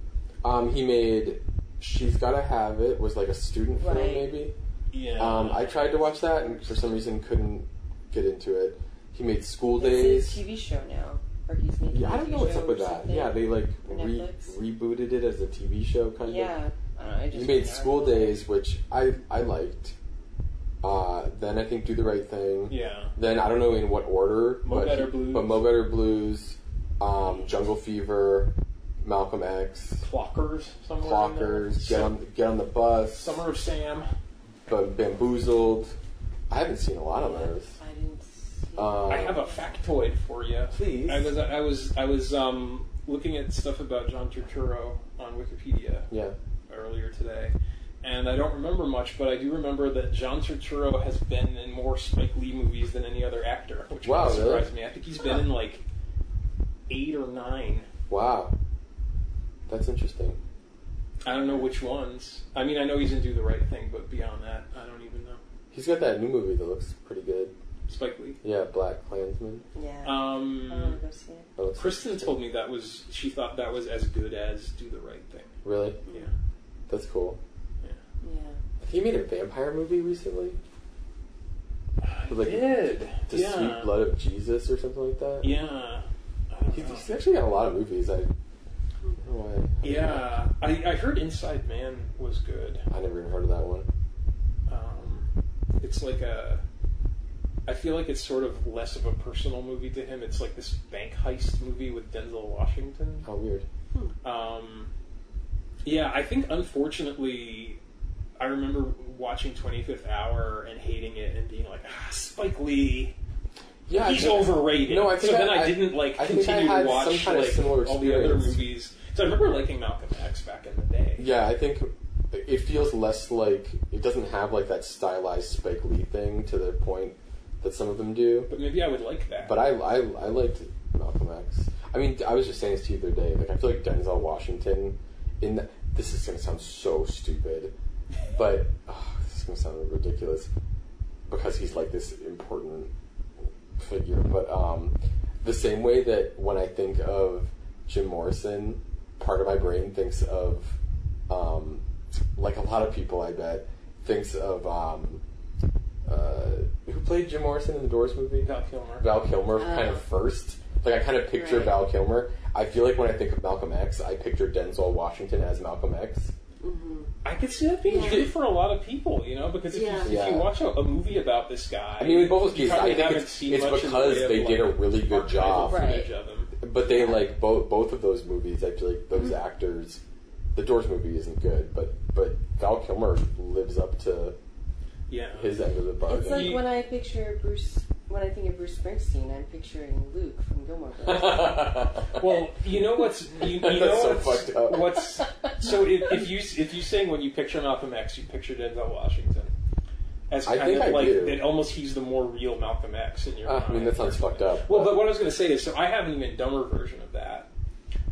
Speaker 2: Um, he made She's Gotta Have It was like a student film
Speaker 4: Right.
Speaker 2: maybe.
Speaker 3: Yeah.
Speaker 2: Um, I tried to watch that and for some reason couldn't get into it. He made School
Speaker 4: it's a
Speaker 2: Days.
Speaker 4: TV show now, or he's making.
Speaker 2: Yeah,
Speaker 4: a
Speaker 2: I don't
Speaker 4: TV
Speaker 2: know what's
Speaker 4: show
Speaker 2: up with
Speaker 4: or
Speaker 2: that.
Speaker 4: something.
Speaker 2: Yeah, they like
Speaker 4: Or
Speaker 2: re-
Speaker 4: Netflix.
Speaker 2: rebooted it as a TV show kind of.
Speaker 4: yeah. I don't know, I just
Speaker 2: You made
Speaker 4: read an
Speaker 2: School
Speaker 4: article.
Speaker 2: Days, which I I liked. Uh, then I think Do the Right Thing.
Speaker 3: yeah.
Speaker 2: Then I don't know in what order,
Speaker 3: Mo
Speaker 2: but,
Speaker 3: Better Blues.
Speaker 2: but Mo Better Blues, um, Jungle Fever, Malcolm X,
Speaker 3: Clockers somewhere. in there.
Speaker 2: Clockers, Get on Get on the Bus,
Speaker 3: Summer of Sam.
Speaker 2: but Bamboozled. I haven't seen a lot of those.
Speaker 4: I didn't. See it.
Speaker 2: Um,
Speaker 3: I have a factoid for you.
Speaker 2: Please.
Speaker 3: I was I was I was um, looking at stuff about John Turturro on Wikipedia.
Speaker 2: yeah.
Speaker 3: earlier today, and I don't remember much, but I do remember that John Turturro has been in more Spike Lee movies than any other actor, which
Speaker 2: Wow,
Speaker 3: kind of
Speaker 2: really?
Speaker 3: surprised me. I think he's been in like eight or nine.
Speaker 2: Wow, that's interesting.
Speaker 3: I don't know which ones. I mean, I know he's in Do the Right Thing, but beyond that, I don't even know.
Speaker 2: He's got that new movie that looks pretty good.
Speaker 3: Spike Lee.
Speaker 2: Yeah, Black Klansman.
Speaker 4: yeah. I want
Speaker 3: Um,
Speaker 4: to go see it.
Speaker 2: That looks
Speaker 3: Kristen
Speaker 2: interesting.
Speaker 3: told me that was she thought that was as good as Do the Right Thing.
Speaker 2: Really,
Speaker 3: Yeah.
Speaker 2: that's cool.
Speaker 4: Yeah.
Speaker 2: He made a vampire movie recently.
Speaker 3: I
Speaker 2: Like,
Speaker 3: did.
Speaker 2: The
Speaker 3: yeah.
Speaker 2: Sweet Blood of Jesus or something like that.
Speaker 3: Yeah. I don't
Speaker 2: He's,
Speaker 3: know.
Speaker 2: he's actually got a lot of movies. I, I don't know why.
Speaker 3: Yeah, I, I heard Inside Man was good.
Speaker 2: I never even heard of that one.
Speaker 3: Um, it's like a. I feel like it's sort of less of a personal movie to him. It's like this bank heist movie with Denzel Washington.
Speaker 2: How weird.
Speaker 4: Hmm.
Speaker 3: Um, yeah, I think unfortunately, I remember watching 25th Hour and hating it and being like, ah, Spike Lee,
Speaker 2: Yeah, I
Speaker 3: he's
Speaker 2: think-
Speaker 3: overrated.
Speaker 2: No, I think
Speaker 3: so then I,
Speaker 2: I-
Speaker 3: didn't like
Speaker 2: I think I
Speaker 3: continue
Speaker 2: had
Speaker 3: to watch
Speaker 2: some kind of
Speaker 3: like
Speaker 2: similar
Speaker 3: all the other
Speaker 2: experience.
Speaker 3: movies. So I remember liking Malcolm X back in the day.
Speaker 2: Yeah, I think it feels less like it doesn't have like that stylized Spike Lee thing to the point that some of them do.
Speaker 3: But maybe I would like that.
Speaker 2: But I, I, I liked Malcolm X. I mean, I was just saying this to you the other day. Like, I feel like Denzel Washington. In the, this is gonna sound so stupid, but oh, this is gonna sound ridiculous because he's like this important figure. But um, the same way that when I think of Jim Morrison, part of my brain thinks of, um, like a lot of people, I bet, thinks of um, uh, who played Jim Morrison in the Doors movie.
Speaker 3: Val Kilmer.
Speaker 2: Val Kilmer kind
Speaker 4: Oh.
Speaker 2: of first. Like I kind of picture
Speaker 4: Right.
Speaker 2: Val Kilmer. I feel like when I think of Malcolm X, I picture Denzel Washington as Malcolm X.
Speaker 4: Mm-hmm.
Speaker 3: I could see that being
Speaker 5: Yeah.
Speaker 3: true for a lot of people, you know, because if,
Speaker 5: Yeah.
Speaker 3: you, if
Speaker 2: Yeah.
Speaker 3: you watch a, a movie about this guy,
Speaker 2: I mean, with both
Speaker 3: you
Speaker 2: cases,
Speaker 3: probably
Speaker 2: I think
Speaker 3: haven't
Speaker 2: it's,
Speaker 3: seen
Speaker 2: it's
Speaker 3: much in the way
Speaker 2: because
Speaker 3: of,
Speaker 2: they did a
Speaker 3: like,
Speaker 2: really good
Speaker 3: archival
Speaker 2: job.
Speaker 4: Right.
Speaker 3: footage of him.
Speaker 2: But they like both both of those movies. I feel like those
Speaker 4: Mm-hmm.
Speaker 2: actors. The Doors movie isn't good, but but Val Kilmer lives up to
Speaker 3: Yeah,
Speaker 2: his end of the bargain.
Speaker 4: It's like
Speaker 3: You-
Speaker 4: when I picture Bruce. When I think of Bruce Springsteen, I'm picturing Luke from Gilmore Girls.
Speaker 3: Well, you know what's you, you
Speaker 2: That's
Speaker 3: know
Speaker 2: so
Speaker 3: what's,
Speaker 2: fucked up.
Speaker 3: what's so if, if you if you saying when you picture Malcolm X, you picture Denzel Washington as
Speaker 2: I
Speaker 3: kind
Speaker 2: think
Speaker 3: of
Speaker 2: I
Speaker 3: like
Speaker 2: do.
Speaker 3: that. Almost he's the more real Malcolm X in your
Speaker 2: Uh,
Speaker 3: mind.
Speaker 2: I mean, that sounds fucked up.
Speaker 3: Well, but what I was going to say is, so I have an even dumber version of that,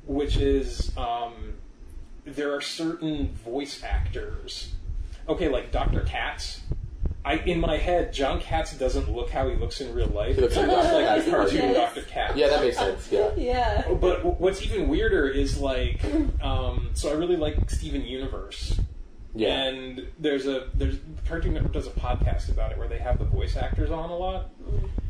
Speaker 3: which is um, there are certain voice actors. Okay, like Dr. Katz. I in my head, John Katz doesn't look how he looks in real life.
Speaker 2: He looks like
Speaker 3: looks
Speaker 2: Dr.
Speaker 3: like
Speaker 2: Katz
Speaker 3: a
Speaker 2: in
Speaker 3: cartoon
Speaker 2: cartoons.
Speaker 3: Dr. Katz.
Speaker 2: yeah, that makes sense. Yeah,
Speaker 4: yeah.
Speaker 3: But w- what's even weirder is like, um, so I really like Steven Universe,
Speaker 2: yeah.
Speaker 3: and there's a there's Cartoon Network does a podcast about it where they have the voice actors on a lot,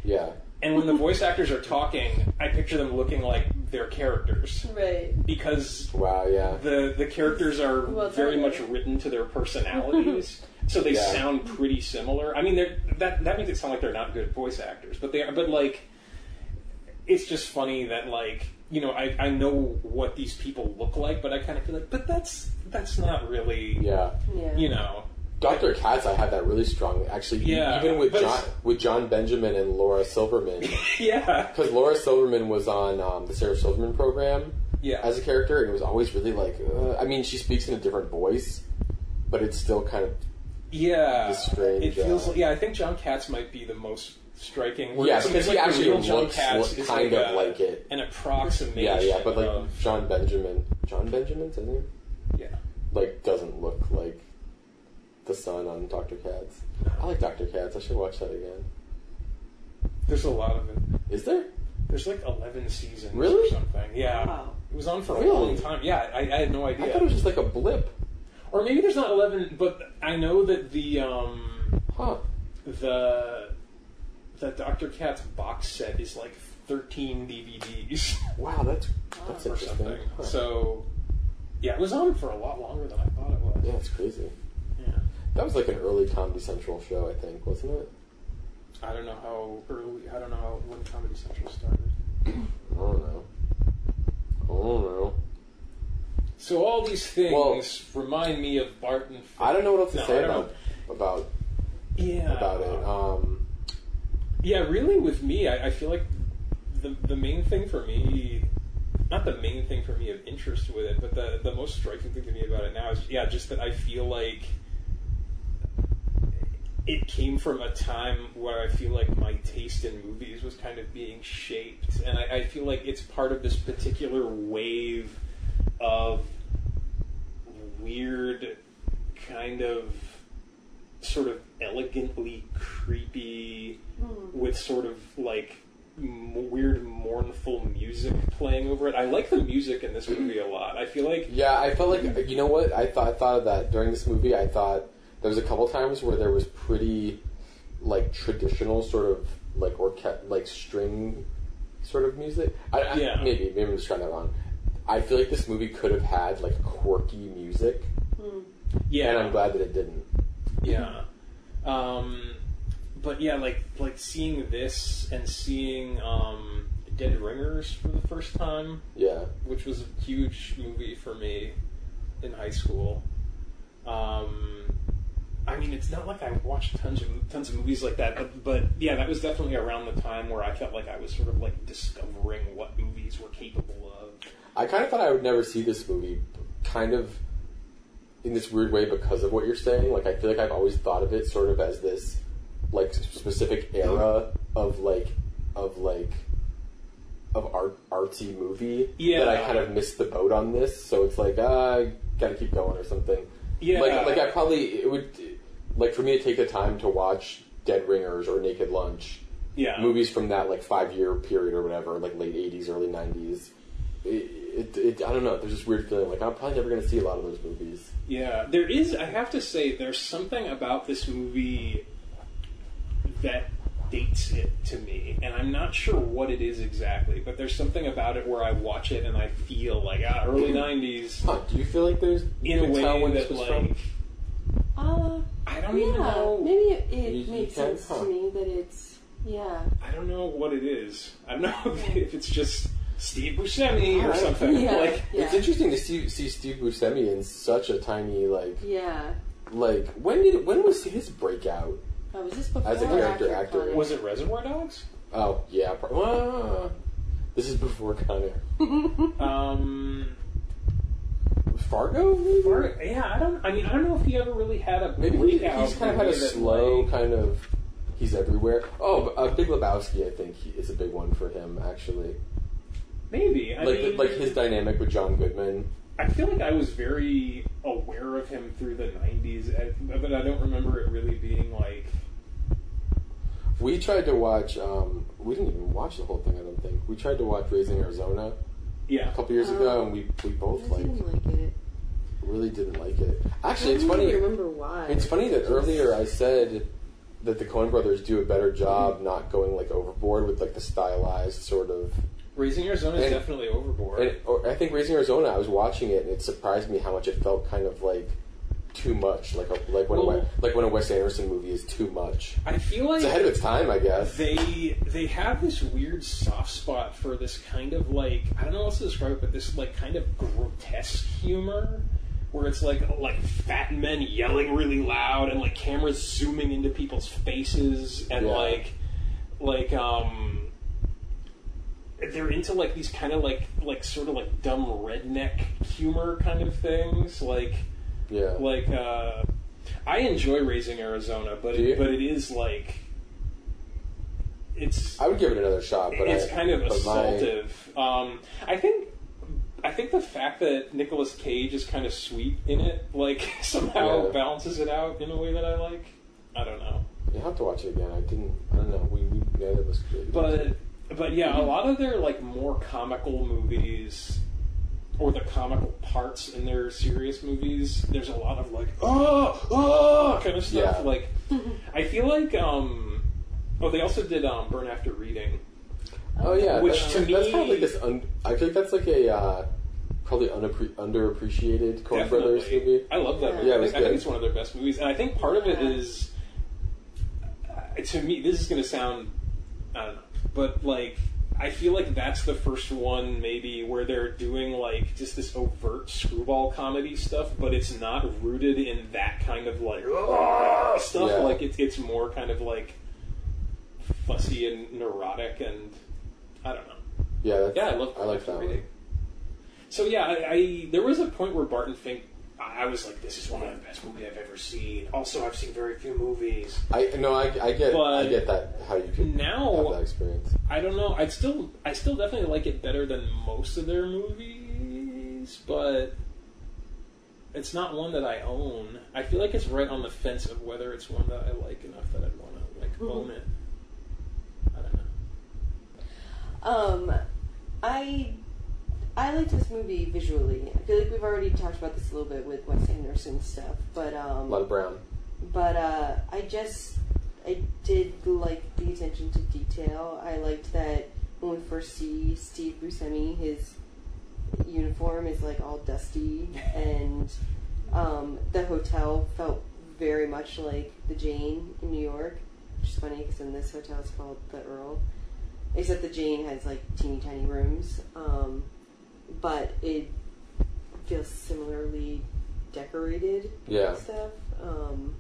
Speaker 2: Yeah.
Speaker 3: and when the voice actors are talking, I picture them looking like their characters
Speaker 4: Right.
Speaker 3: because
Speaker 2: Wow. Yeah.
Speaker 3: the the characters are
Speaker 4: Well, it's
Speaker 3: very
Speaker 4: okay.
Speaker 3: much written to their personalities. So they
Speaker 2: Yeah.
Speaker 3: sound pretty similar. I mean, they're, that that makes it sound like they're not good voice actors, but they are. But like, it's just funny that like you know I, I know what these people look like, but I kind of feel like, but that's that's not really
Speaker 2: Yeah.
Speaker 4: Yeah.
Speaker 3: you know
Speaker 2: Dr. Katz, I had that really strong. Actually,
Speaker 3: Yeah,
Speaker 2: even with
Speaker 3: but
Speaker 2: John,
Speaker 3: it's-
Speaker 2: with John Benjamin and Laura Silverman,
Speaker 3: yeah
Speaker 2: because Laura Silverman was on um, the Sarah Silverman program
Speaker 3: yeah
Speaker 2: as a character, and it was always really like. Uh, I mean, she speaks in a different voice, but it's still kind of
Speaker 3: yeah.
Speaker 2: It's strange,
Speaker 3: It feels
Speaker 2: uh,
Speaker 3: like, yeah. I think John Katz might be the most striking. where
Speaker 2: yeah,
Speaker 3: it
Speaker 2: because
Speaker 3: seems
Speaker 2: he
Speaker 3: like the
Speaker 2: actually
Speaker 3: real John
Speaker 2: looks
Speaker 3: Katz
Speaker 2: look-
Speaker 3: is
Speaker 2: kind
Speaker 3: like
Speaker 2: of
Speaker 3: a-
Speaker 2: like it.
Speaker 3: an approximation.
Speaker 2: Yeah, yeah, but like
Speaker 3: of-
Speaker 2: John Benjamin, John Benjamin's his name,
Speaker 3: yeah.
Speaker 2: like doesn't look like the son on Dr. Katz. I like Dr. Katz. I should watch that again.
Speaker 3: There's a lot of it.
Speaker 2: Is there?
Speaker 3: There's like 11 seasons
Speaker 2: Really?
Speaker 3: or something. Yeah.
Speaker 4: Wow.
Speaker 3: It was on for a
Speaker 2: Really?
Speaker 3: long time. Yeah, I, I had no
Speaker 2: I
Speaker 3: idea.
Speaker 2: thought it was just like a blip.
Speaker 3: or maybe there's not 11, but I know that the um
Speaker 2: Huh.
Speaker 3: the the Dr. Katz box set is like 13 DVDs
Speaker 2: Wow, that's that's
Speaker 3: or
Speaker 2: interesting.
Speaker 3: something.
Speaker 2: Huh.
Speaker 3: So yeah, it was on for a lot longer than I thought it was.
Speaker 2: Yeah, it's crazy.
Speaker 3: Yeah.
Speaker 2: That was like an early Comedy Central show, I think, wasn't it?
Speaker 3: I don't know how early. I don't know how, when Comedy Central started.
Speaker 2: I don't know. I don't know.
Speaker 3: So all these things
Speaker 2: Well-
Speaker 3: remind me of Barton.
Speaker 2: I don't know what else to
Speaker 3: No, I
Speaker 2: say
Speaker 3: don't
Speaker 2: about about
Speaker 3: Yeah.
Speaker 2: about it. Um,
Speaker 3: Yeah, really, with me, I, I feel like the the main thing for me, not the main thing for me of interest with it, but the the most striking thing to me about it now is yeah, just that I feel like it came from a time where I feel like my taste in movies was kind of being shaped, and I, I feel like it's part of this particular wave of weird kind of sort of elegantly creepy with sort of like m- weird mournful music playing over it. I like the music in this movie a lot. I feel like
Speaker 2: yeah, I felt like you know what I thought. I thought of that during this movie. I thought there was a couple times where there was pretty like traditional sort of like orche- like string sort of music. I, I,
Speaker 3: Yeah.
Speaker 2: Maybe maybe I'm just trying that wrong. I feel like this movie could have had like quirky music,
Speaker 4: Hmm.
Speaker 3: yeah,
Speaker 2: and I'm glad that it didn't.
Speaker 3: yeah. Um, but yeah, like like seeing this and seeing um, Dead Ringers for the first time,
Speaker 2: Yeah.
Speaker 3: which was a huge movie for me in high school. Um, I mean, it's not like I watched tons of tons of movies like that, but but yeah, that was definitely around the time where I felt like I was sort of like discovering what movies were capable of.
Speaker 2: I kind of thought I would never see this movie, kind of in this weird way because of what you're saying. Like, I feel like I've always thought of it sort of as this, like, specific era of, like, of, like, of art, artsy movie
Speaker 3: Yeah.
Speaker 2: that I kind of missed the boat on this. So it's like, ah, I gotta keep going or something.
Speaker 3: Yeah,
Speaker 2: Like, like I probably, it would, like, for me to take the time to watch Dead Ringers or Naked Lunch
Speaker 3: yeah,
Speaker 2: movies from that like five year period or whatever, like late eighties, early nineties. It, it, it, I don't know. There's this weird feeling like I'm probably never going to see a lot of those movies.
Speaker 3: Yeah, there is. I have to say, there's something about this movie that dates relates it to me, and I'm not sure what it is exactly, but there's something about it where I watch it and I feel like ah, early '90s
Speaker 2: Huh, do you feel like there's you
Speaker 3: in
Speaker 2: Hmm.
Speaker 3: a
Speaker 2: can
Speaker 3: way
Speaker 2: tell when
Speaker 3: that
Speaker 2: this was
Speaker 3: like
Speaker 2: from?
Speaker 4: Uh,
Speaker 3: I
Speaker 4: yeah.
Speaker 3: don't even know.
Speaker 4: Maybe it,
Speaker 2: You-
Speaker 4: it
Speaker 2: you
Speaker 4: makes
Speaker 2: can,
Speaker 4: sense
Speaker 2: huh?
Speaker 4: to me that it's yeah.
Speaker 3: I don't know what it is. I don't know if, if it's just Steve Buscemi or
Speaker 2: Alright.
Speaker 3: something.
Speaker 4: Yeah.
Speaker 3: Like
Speaker 2: It's interesting to see, see Steve Buscemi in such a tiny like
Speaker 4: Yeah.
Speaker 2: like when did when was his breakout?
Speaker 4: Oh, was this before
Speaker 2: As a character actor.
Speaker 4: Connor?
Speaker 3: was it Reservoir Dogs?
Speaker 2: Oh yeah, pro- ah, this is before Connor
Speaker 3: Um,
Speaker 2: Fargo. Maybe,
Speaker 3: or- yeah, I don't. I mean, I don't know if he ever really had a
Speaker 2: maybe he-
Speaker 3: breakout.
Speaker 2: he's kind of
Speaker 3: in
Speaker 2: had a
Speaker 3: way that,
Speaker 2: slow
Speaker 3: like-
Speaker 2: kind of. He's everywhere. Oh, but, uh, Big Lebowski, I think, he, is a big one for him actually.
Speaker 3: maybe. I
Speaker 2: like
Speaker 3: mean,
Speaker 2: like his dynamic with John Goodman.
Speaker 3: I feel like I was very aware of him through the '90s, I- but I don't remember it really being like.
Speaker 2: We tried to watch. Um, we didn't even watch the whole thing. I don't think we tried to watch Raising Arizona a
Speaker 3: Yeah.
Speaker 2: couple years
Speaker 4: Oh.
Speaker 2: ago, and we we both
Speaker 4: I
Speaker 2: like
Speaker 4: didn't like it.
Speaker 2: really didn't like it. Actually,
Speaker 4: I
Speaker 2: it's
Speaker 4: don't
Speaker 2: funny.
Speaker 4: even remember why.
Speaker 2: It's funny that earlier I said that the Coen Brothers do a better job not going like overboard with like the stylized sort of.
Speaker 3: Raising Arizona is
Speaker 2: And-
Speaker 3: definitely overboard.
Speaker 2: And or I think Raising Arizona, I was watching it, and it surprised me how much it felt kind of like too much, like a, like when a,
Speaker 3: Well-
Speaker 2: Wes- like when a Wes Anderson movie is too much.
Speaker 3: I feel
Speaker 2: It's
Speaker 3: like
Speaker 2: ahead of its time, I guess.
Speaker 3: they they have this weird soft spot for this kind of like I don't know how else to describe it, but this like kind of grotesque humor where it's like like fat men yelling really loud and like cameras zooming into people's faces and
Speaker 2: Yeah.
Speaker 3: like like um they're into like these kind of like like sort of like dumb redneck humor kind of things like
Speaker 2: Yeah.
Speaker 3: like uh, I enjoy raising Arizona, but
Speaker 2: Do you?
Speaker 3: it, but it is like it's
Speaker 2: I would give it another shot, but
Speaker 3: it's
Speaker 2: I-
Speaker 3: kind of
Speaker 2: but my-
Speaker 3: assaultive. Um, I think I think the fact that Nicolas Cage is kind of sweet in it, like somehow
Speaker 2: Yeah.
Speaker 3: balances it out in a way that I like. I don't know,
Speaker 2: You have to watch it again. I didn't. I don't know. We, we neither of us really.
Speaker 3: but but yeah, a lot of their like more comical movies. Or the comical parts in their serious movies, there's a lot of like, oh, oh, kind of stuff.
Speaker 2: Yeah.
Speaker 3: Like, I feel like, um, oh, they also did um, Burn After Reading,
Speaker 2: oh yeah,
Speaker 3: Which
Speaker 2: that's,
Speaker 3: to
Speaker 2: that's
Speaker 3: me-
Speaker 2: probably this. Un, I think that's like a uh, probably unappre- underappreciated Coen Brothers
Speaker 3: Definitely.
Speaker 2: movie.
Speaker 3: I love that
Speaker 4: Yeah.
Speaker 3: movie.
Speaker 2: Yeah, it
Speaker 3: I
Speaker 2: was
Speaker 3: think
Speaker 2: good.
Speaker 3: it's one of their best movies, and I think part of it
Speaker 4: Yeah.
Speaker 3: is, uh, to me, this is going to sound, I don't know, but like I feel like that's the first one maybe where they're doing like just this overt screwball comedy stuff, but it's not rooted in that kind of like "Ah," stuff.
Speaker 2: Yeah.
Speaker 3: Like it's it's more kind of like fussy and neurotic, and I don't know.
Speaker 2: Yeah, that's,
Speaker 3: Yeah, I love.
Speaker 2: I like that one.
Speaker 3: reading. So yeah, I, I there was a point where Barton Fink, I I was like, this is one of the best movies I've ever seen. Also, I've seen very few movies.
Speaker 2: I no, I, I get I
Speaker 3: But
Speaker 2: get that how you could
Speaker 3: now-
Speaker 2: have that experience.
Speaker 3: I don't know. I still, I still definitely like it better than most of their movies, but it's not one that I own. I feel like it's right on the fence of whether it's one that I like enough that I'd want to like own it. I don't know.
Speaker 4: Um, I I liked this movie visually. I feel like we've already talked about this a little bit with Wes Anderson stuff, but
Speaker 2: A
Speaker 4: um,
Speaker 2: lot of brown.
Speaker 4: but uh, I just I did like the attention to detail. I liked that when we first see Steve Buscemi, his uniform is like all dusty, and um, the hotel felt very much like the Jane in New York, which is funny because in this hotel it's called the Earl, except the Jane has like teeny tiny rooms, um, but it feels similarly decorated
Speaker 2: Yeah,
Speaker 4: stuff. Um,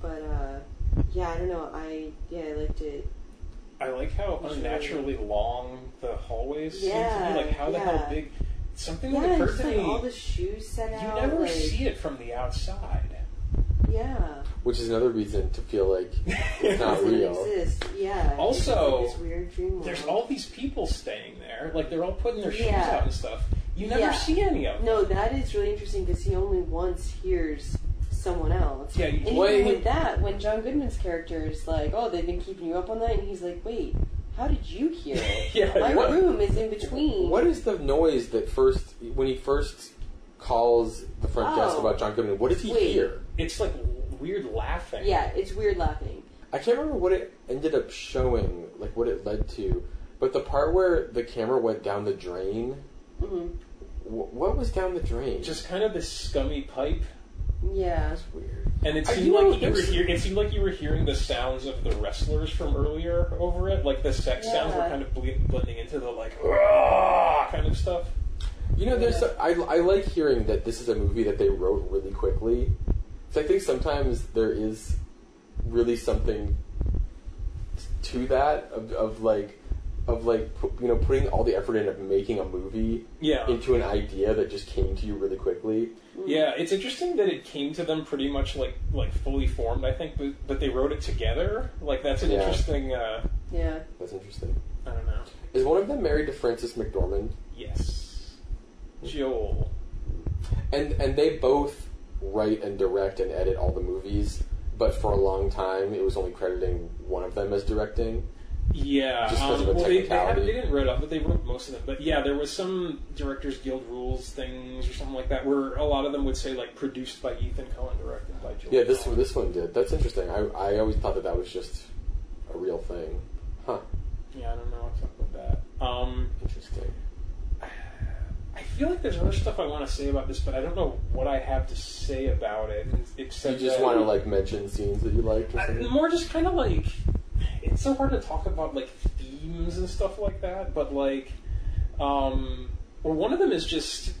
Speaker 4: but uh, yeah, I don't know. I yeah, I liked it.
Speaker 3: I like how
Speaker 4: It's
Speaker 3: unnaturally long the hallways seem
Speaker 4: Yeah,
Speaker 3: to be. Like how the hell
Speaker 4: yeah.
Speaker 3: big? Something
Speaker 4: Yeah,
Speaker 3: that occurred
Speaker 4: just
Speaker 3: to
Speaker 4: like
Speaker 3: me.
Speaker 4: all the shoes set
Speaker 3: You
Speaker 4: out.
Speaker 3: never
Speaker 4: like,
Speaker 3: see it from the outside.
Speaker 4: Yeah,
Speaker 2: which is another reason to feel like it's not
Speaker 4: doesn't
Speaker 2: real.
Speaker 4: exist. Yeah. it's
Speaker 3: Also,
Speaker 4: just like this weird dream world.
Speaker 3: There's all these people staying there. Like they're all putting their shoes
Speaker 4: Yeah.
Speaker 3: out and stuff. You never
Speaker 4: Yeah.
Speaker 3: see any of them.
Speaker 4: No, that is really interesting because he only once hears someone else.
Speaker 3: Yeah, you-
Speaker 4: and even
Speaker 2: Wait.
Speaker 4: with that, when John Goodman's character is like, "Oh, they've been keeping you up all night," and he's like, "Wait, how did you hear it?
Speaker 3: Yeah,
Speaker 4: My
Speaker 2: what-
Speaker 4: room is in between."
Speaker 2: What is the noise that first when he first calls the front desk
Speaker 4: Oh.
Speaker 2: about John Goodman? What does he
Speaker 4: Wait.
Speaker 2: hear?
Speaker 3: It's like weird laughing.
Speaker 4: Yeah, it's weird laughing.
Speaker 2: I can't remember what it ended up showing, like what it led to, but the part where the camera went down the drain.
Speaker 4: Mm-hmm.
Speaker 5: Mhm.
Speaker 2: Wh- what was down the drain?
Speaker 3: Just kind of this scummy pipe,
Speaker 5: Yeah.
Speaker 2: that's weird.
Speaker 3: and it
Speaker 2: Are
Speaker 3: seemed
Speaker 2: you
Speaker 3: like you were
Speaker 2: there's-
Speaker 3: hear- it seemed like you were hearing the sounds of the wrestlers from earlier over it. Like the sex sounds were
Speaker 5: Yeah.
Speaker 3: kind of ble- blending into the like "Rah!" kind of stuff.
Speaker 2: You know, there's
Speaker 5: Yeah.
Speaker 2: so- I, I like hearing that this is a movie that they wrote really quickly. 'Cause I think sometimes there is really something to that of, of like of like pu- you know putting all the effort in of making a movie
Speaker 3: Yeah,
Speaker 2: into an idea that just came to you really quickly.
Speaker 3: yeah. It's interesting that it came to them pretty much like like fully formed. I think, but, but they wrote it together. Like that's an
Speaker 2: Yeah.
Speaker 3: interesting. Uh,
Speaker 5: Yeah.
Speaker 2: That's interesting.
Speaker 3: I don't know.
Speaker 2: Is one of them married to Frances McDormand?
Speaker 3: Yes, Joel.
Speaker 2: And and they both write and direct and edit all the movies, but for a long time it was only crediting one of them as directing.
Speaker 3: Yeah,
Speaker 2: Just 'cause of
Speaker 3: um,
Speaker 2: a
Speaker 3: well, they, they, have,
Speaker 2: technicality.
Speaker 3: they didn't write off, but they wrote most of them. But yeah, there was some Directors Guild rules things or something like that, where a lot of them would say like produced by Ethan Cohen, directed by Joel.
Speaker 2: Yeah, this
Speaker 3: Cohen.
Speaker 2: this one did. That's interesting. I I always thought that that was just a real thing. Huh.
Speaker 3: Yeah, I don't know what's up with that. Um,
Speaker 2: Interesting.
Speaker 3: I feel like there's other stuff I want to say about this, but I don't know what I have to say about it.
Speaker 2: So you
Speaker 3: Except
Speaker 2: just
Speaker 3: that-
Speaker 2: want to like mention scenes that you liked or
Speaker 3: I-
Speaker 2: something?
Speaker 3: more just kind of like it's so hard to talk about like themes and stuff like that but like um well one of them is just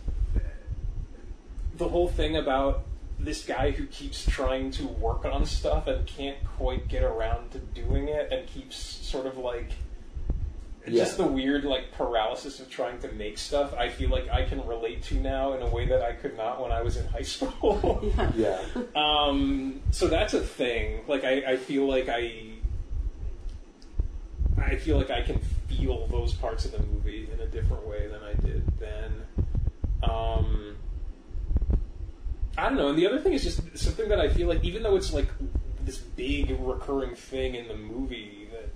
Speaker 3: the whole thing about this guy who keeps trying to work on stuff and can't quite get around to doing it and keeps sort of like just
Speaker 2: Yeah.
Speaker 3: the weird like paralysis of trying to make stuff i feel like i can relate to now in a way that i could not when i was in high school
Speaker 2: Yeah.
Speaker 3: um, so that's a thing. Like I, I feel like I, I feel like I can feel those parts of the movie in a different way than I did then. Um, I don't know. And the other thing is just something that I feel like, even though it's like this big recurring thing in the movie that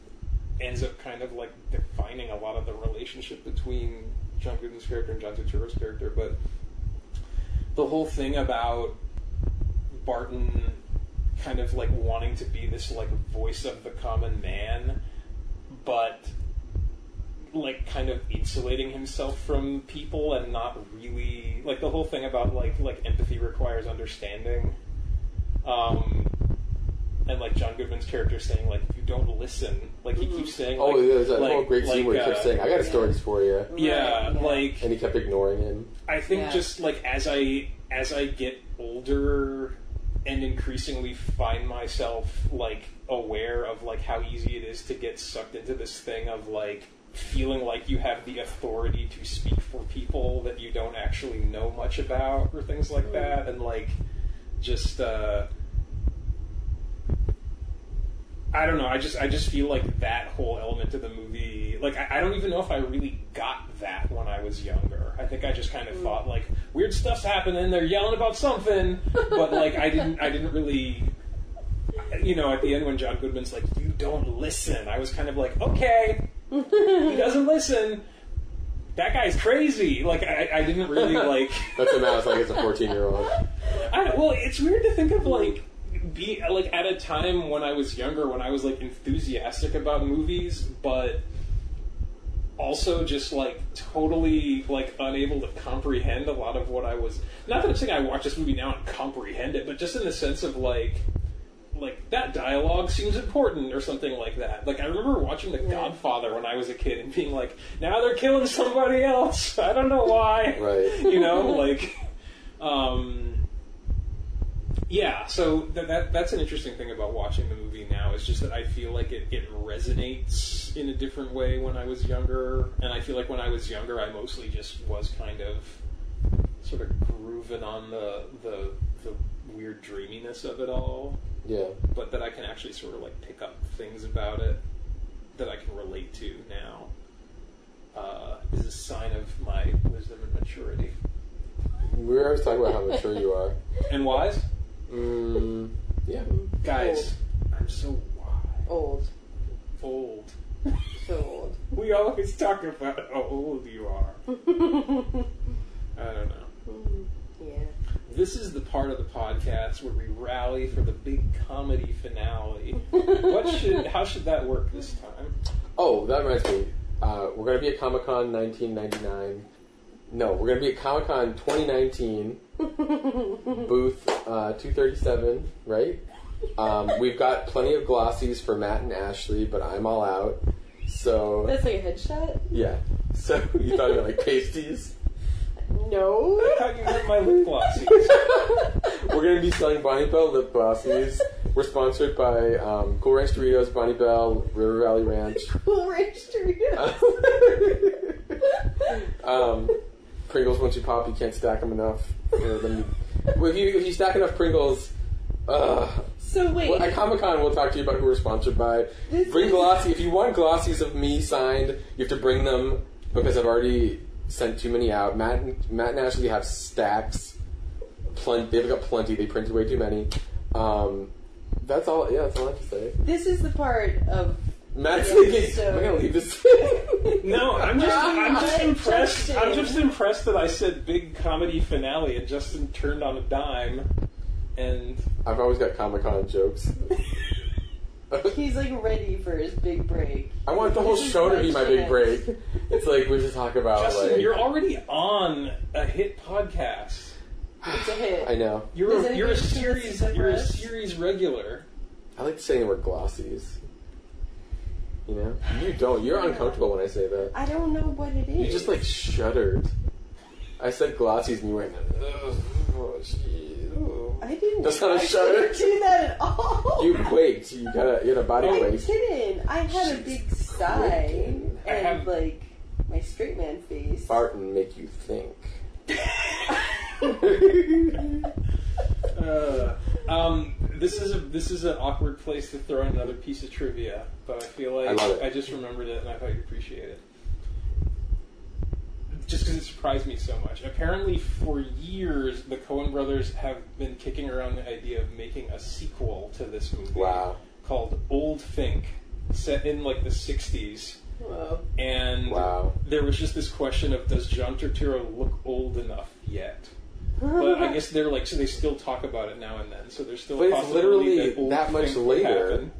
Speaker 3: ends up kind of like defining a lot of the relationship between John Goodman's character and John Turturro's character, but the whole thing about Barton kind of like wanting to be this like voice of the common man, but like kind of insulating himself from people and not really like the whole thing about like like empathy requires understanding. Um and like John Goodman's character saying like if you don't listen, like he
Speaker 5: Mhm.
Speaker 3: keeps saying
Speaker 2: oh,
Speaker 3: like,
Speaker 2: there's that
Speaker 3: like-
Speaker 2: whole great scene
Speaker 3: like,
Speaker 2: where he kept
Speaker 3: uh,
Speaker 2: saying, "I got a stories for you,"
Speaker 3: yeah,
Speaker 5: Right, yeah.
Speaker 3: like
Speaker 2: and he kept ignoring him.
Speaker 3: I think
Speaker 4: Yeah.
Speaker 3: just like as I as I get older and increasingly find myself like aware of like how easy it is to get sucked into this thing of like feeling like you have the authority to speak for people that you don't actually know much about or things like that and like just uh I don't know. I just I just feel like that whole element of the movie. Like I, I don't even know if I really got that when I was younger. I think I just kind of thought like weird stuff's happening. They're yelling about something, but like I didn't I didn't really. You know, at the end when John Goodman's like, "You don't listen," I was kind of like, "Okay, he doesn't listen. That guy's crazy." Like I, I didn't really like.
Speaker 2: That's what Matt's like as a 14 year old.
Speaker 3: I don't, well, it's weird to think of like be like at a time when I was younger, when I was like enthusiastic about movies, but also just like totally like unable to comprehend a lot of what I was. Not that I'm saying I watch this movie now and comprehend it, but just in the sense of like like that dialogue seems important or something like that. Like I remember watching The Godfather when I was a kid and being like, now they're killing somebody else. I don't know why.
Speaker 2: Right.
Speaker 3: You know, like um yeah, so th- that that's an interesting thing about watching the movie now is just that I feel like it, it resonates in a different way when I was younger, and I feel like when I was younger, I mostly just was kind of sort of grooving on the the, the weird dreaminess of it all,
Speaker 2: Yeah.
Speaker 3: but that I can actually sort of like pick up things about it that I can relate to now. Uh, is a sign of my wisdom and maturity.
Speaker 2: We were always talking about how mature you are.
Speaker 3: And wise?
Speaker 2: Mm, yeah.
Speaker 3: Guys, Oh, I'm so wise.
Speaker 5: Old.
Speaker 3: Old.
Speaker 5: So old.
Speaker 3: We always talk about how old you are. I don't know.
Speaker 5: Mm, yeah.
Speaker 3: This This is the part of the podcast where we rally for the big comedy finale. what should? How should that work this time?
Speaker 2: Oh, that reminds me. Uh, we're going to be at Comic Con 1999. No, we're going to be at Comic Con 2019, booth uh, 237, right? Um, we've got plenty of glossies for Matt and Ashley, but I'm all out. So,
Speaker 5: That's like a headshot?
Speaker 2: yeah. So, you thought about like pasties?
Speaker 5: No.
Speaker 3: How you hurt my lip glossies?
Speaker 2: We're going to be selling Bonnie Bell lip glossies. We're sponsored by um, Cool Ranch Doritos, Bonnie Bell, River Valley Ranch.
Speaker 5: Cool Ranch Doritos.
Speaker 2: um, Pringles, once you pop, you can't stack them enough. for them to- Well, if, you, if you stack enough Pringles, uh,
Speaker 5: So wait.
Speaker 2: well, at Comic Con, we'll talk to you about who we're sponsored by.
Speaker 5: This
Speaker 2: Bring
Speaker 5: is-
Speaker 2: glossy. If you want glossies of me signed, you have to bring them because I've already sent too many out. Matt and, Matt and Ashley have stacks. Plenty. They've got plenty. They printed way too many. Um, that's all. Yeah, that's all I have to say.
Speaker 5: this is the part of
Speaker 2: Matt's
Speaker 5: Yeah,
Speaker 2: thinking,
Speaker 5: so-
Speaker 2: am I gonna leave this?
Speaker 3: No, I'm just I'm just
Speaker 5: I'm
Speaker 3: impressed.
Speaker 5: just
Speaker 3: I'm just impressed that I said big comedy finale and Justin turned on a dime, and
Speaker 2: I've always got Comic Con jokes.
Speaker 5: he's like ready for his big break.
Speaker 2: I want the whole
Speaker 5: This is
Speaker 2: show to be my big
Speaker 5: chance.
Speaker 2: break. It's like we should talk about
Speaker 3: Justin,
Speaker 2: Oh, like
Speaker 3: you're already on a hit podcast.
Speaker 5: It's a hit.
Speaker 2: I know.
Speaker 3: You're
Speaker 5: Does
Speaker 3: a,
Speaker 5: anybody
Speaker 3: you're a
Speaker 5: listen to
Speaker 3: series
Speaker 5: Super
Speaker 3: you're a
Speaker 5: Rush?
Speaker 3: series regular.
Speaker 2: I like saying the word glossies. You know? You don't. You're uncomfortable when I say that.
Speaker 5: I don't know what it is.
Speaker 2: You just like shuddered. I said glossies and you went, "Ugh, oh, gee, oh."
Speaker 5: I didn't.
Speaker 2: That's not a
Speaker 5: I
Speaker 2: shudder.
Speaker 5: didn't do that at all.
Speaker 2: You quaked. You got a you had a body
Speaker 5: I
Speaker 2: quake.
Speaker 5: didn't. I had a big sigh
Speaker 2: quaking.
Speaker 3: I have-
Speaker 5: and like my straight man face.
Speaker 2: Fart and make you think.
Speaker 3: Uh, um, this is a this is an awkward place to throw in another piece of trivia, but I feel like
Speaker 2: I love it.
Speaker 3: just remembered it and I thought you'd appreciate it. Just because it surprised me so much. Apparently, for years, the Coen brothers have been kicking around the idea of making a sequel to this movie
Speaker 2: Wow.
Speaker 3: called Old Fink, set in like the '60s.
Speaker 5: Whoa.
Speaker 3: And
Speaker 2: Wow.
Speaker 3: there was just this question of does John Turturro look old enough yet? But I guess they're like so they still talk about it now and then. So there's still. a
Speaker 2: But it's
Speaker 3: possibility
Speaker 2: literally
Speaker 3: that, old
Speaker 2: that much
Speaker 3: thing could
Speaker 2: later.
Speaker 3: happen.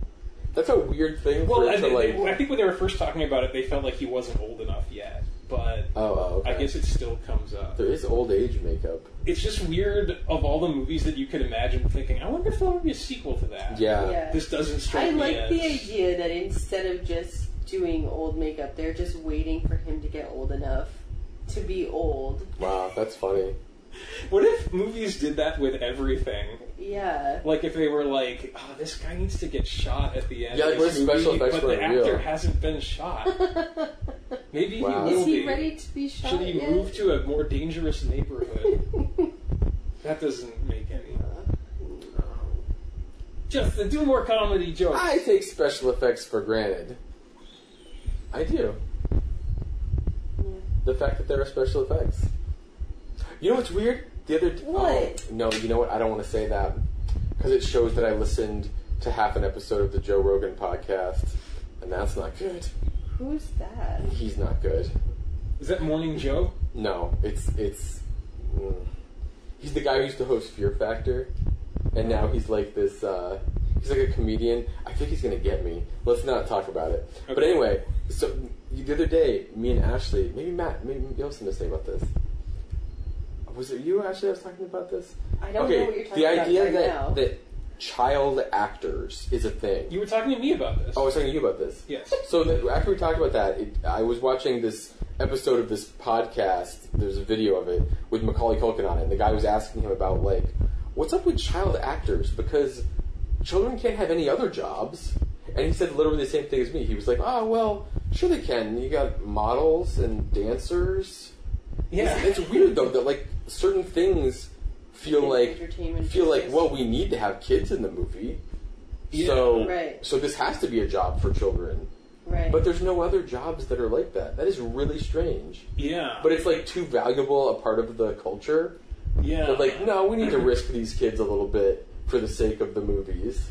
Speaker 2: That's a weird thing
Speaker 3: Well,
Speaker 2: for
Speaker 3: I,
Speaker 2: it to
Speaker 3: they-
Speaker 2: like
Speaker 3: they- I think when they were first talking about it, they felt like he wasn't old enough yet. But
Speaker 2: Oh, oh okay.
Speaker 3: I guess it still comes up.
Speaker 2: there is old age makeup.
Speaker 3: It's just weird of all the movies that you could imagine thinking. I wonder if there'll ever be a sequel to that.
Speaker 2: Yeah.
Speaker 5: Yeah.
Speaker 3: This doesn't strike
Speaker 5: I
Speaker 3: me
Speaker 5: like
Speaker 3: as-
Speaker 5: the idea that instead of just doing old makeup, they're just waiting for him to get old enough to be old.
Speaker 2: Wow, that's funny.
Speaker 3: What if movies did that with everything?
Speaker 5: Yeah.
Speaker 3: Like if they were like, oh, this guy needs to get shot at the end.
Speaker 2: Yeah,
Speaker 3: of
Speaker 2: like,
Speaker 3: this
Speaker 2: where's special
Speaker 3: movie,
Speaker 2: effects
Speaker 3: but the
Speaker 2: for it,
Speaker 3: actor
Speaker 2: yeah.
Speaker 3: hasn't been shot. Maybe
Speaker 2: Wow.
Speaker 3: he will
Speaker 5: Is he
Speaker 3: be.
Speaker 5: ready to be shot?
Speaker 3: Should he
Speaker 5: yet?
Speaker 3: move to a more dangerous neighborhood? that doesn't make any.
Speaker 2: Uh-huh.
Speaker 3: Just to do more comedy jokes.
Speaker 2: I take special effects for granted. I do. The fact that there are special effects. You know what's weird? The other oh,
Speaker 5: What?
Speaker 2: no, you know what? I don't want to say that because it shows that I listened to half an episode of the Joe Rogan podcast, and that's not good.
Speaker 5: Who's that?
Speaker 2: He's not good.
Speaker 3: Is that Morning Joe?
Speaker 2: No, it's it's. mm. He's the guy who used to host Fear Factor, and now he's like this. Uh, he's like a comedian. I think he's gonna get me. Let's not talk about it. But
Speaker 3: Okay.
Speaker 2: anyway, so the other day, me and Ashley, maybe Matt, maybe you have something to say about this. Was it you, Ashley? I was talking about this.
Speaker 5: I don't
Speaker 2: okay,
Speaker 5: know what you're talking
Speaker 2: the
Speaker 5: about
Speaker 2: idea
Speaker 5: right
Speaker 2: that
Speaker 5: now.
Speaker 2: that child actors is a thing.
Speaker 3: You were talking to me about this.
Speaker 2: Oh, I was talking to you about this.
Speaker 3: Yes.
Speaker 2: So the, after we talked about that, it, I was watching this episode of this podcast. There's a video of it with Macaulay Culkin on it. And the guy was asking him about like, what's up with child actors because children can't have any other jobs. And he said literally the same thing as me. He was like, oh, well, sure they can. You got models and dancers.
Speaker 3: Yeah.
Speaker 2: It's, it's weird though that like certain things feel
Speaker 5: It's
Speaker 2: like
Speaker 5: entertainment
Speaker 2: feel like
Speaker 5: business.
Speaker 2: well we need to have kids in the movie.
Speaker 3: Yeah.
Speaker 2: So
Speaker 5: Right.
Speaker 2: so this has to be a job for children.
Speaker 5: Right.
Speaker 2: But there's no other jobs that are like that. That is really strange.
Speaker 3: yeah.
Speaker 2: But it's like too valuable a part of the culture.
Speaker 3: yeah.
Speaker 2: But like, no, we need to risk these kids a little bit for the sake of the movies.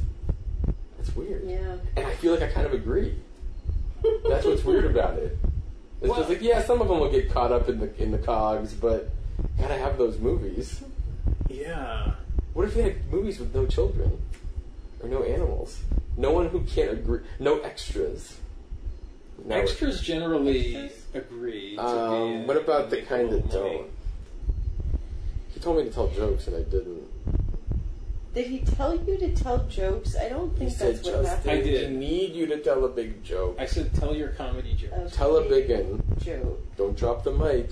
Speaker 2: That's weird.
Speaker 5: yeah.
Speaker 2: And I feel like I kind of agree. That's what's weird about it. It's
Speaker 3: Well-
Speaker 2: just like, yeah, some of them will get caught up in the in the cogs, but gotta have those movies.
Speaker 3: Yeah.
Speaker 2: What if you had movies with no children or no animals? No one who can't agree. No extras. No
Speaker 3: Extras generally
Speaker 4: Extras?
Speaker 3: agree. To be
Speaker 2: Um,
Speaker 3: in
Speaker 2: what about
Speaker 3: and
Speaker 2: the
Speaker 3: make a
Speaker 2: kind
Speaker 3: little
Speaker 2: that
Speaker 3: money.
Speaker 2: don't? He told me to tell jokes and I didn't.
Speaker 4: Did he tell you to tell jokes? I don't
Speaker 2: He
Speaker 4: think
Speaker 2: said,
Speaker 4: that's what
Speaker 2: Justin,
Speaker 3: I
Speaker 4: happened.
Speaker 3: did.
Speaker 2: we need you to tell a big joke.
Speaker 3: I said, tell your comedy joke.
Speaker 4: Okay.
Speaker 2: Tell a big one.
Speaker 4: joke.
Speaker 2: Don't drop the mic.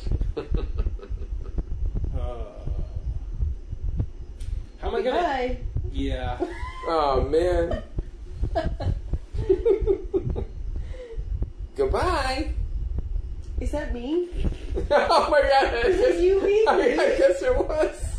Speaker 2: Oh.
Speaker 3: Uh, how am I gonna?
Speaker 4: Goodbye.
Speaker 3: Yeah.
Speaker 2: oh man. Goodbye.
Speaker 4: Is that me?
Speaker 2: oh my god. I
Speaker 4: Did
Speaker 2: guess,
Speaker 4: you mean
Speaker 2: I, I
Speaker 4: it?
Speaker 2: guess it was.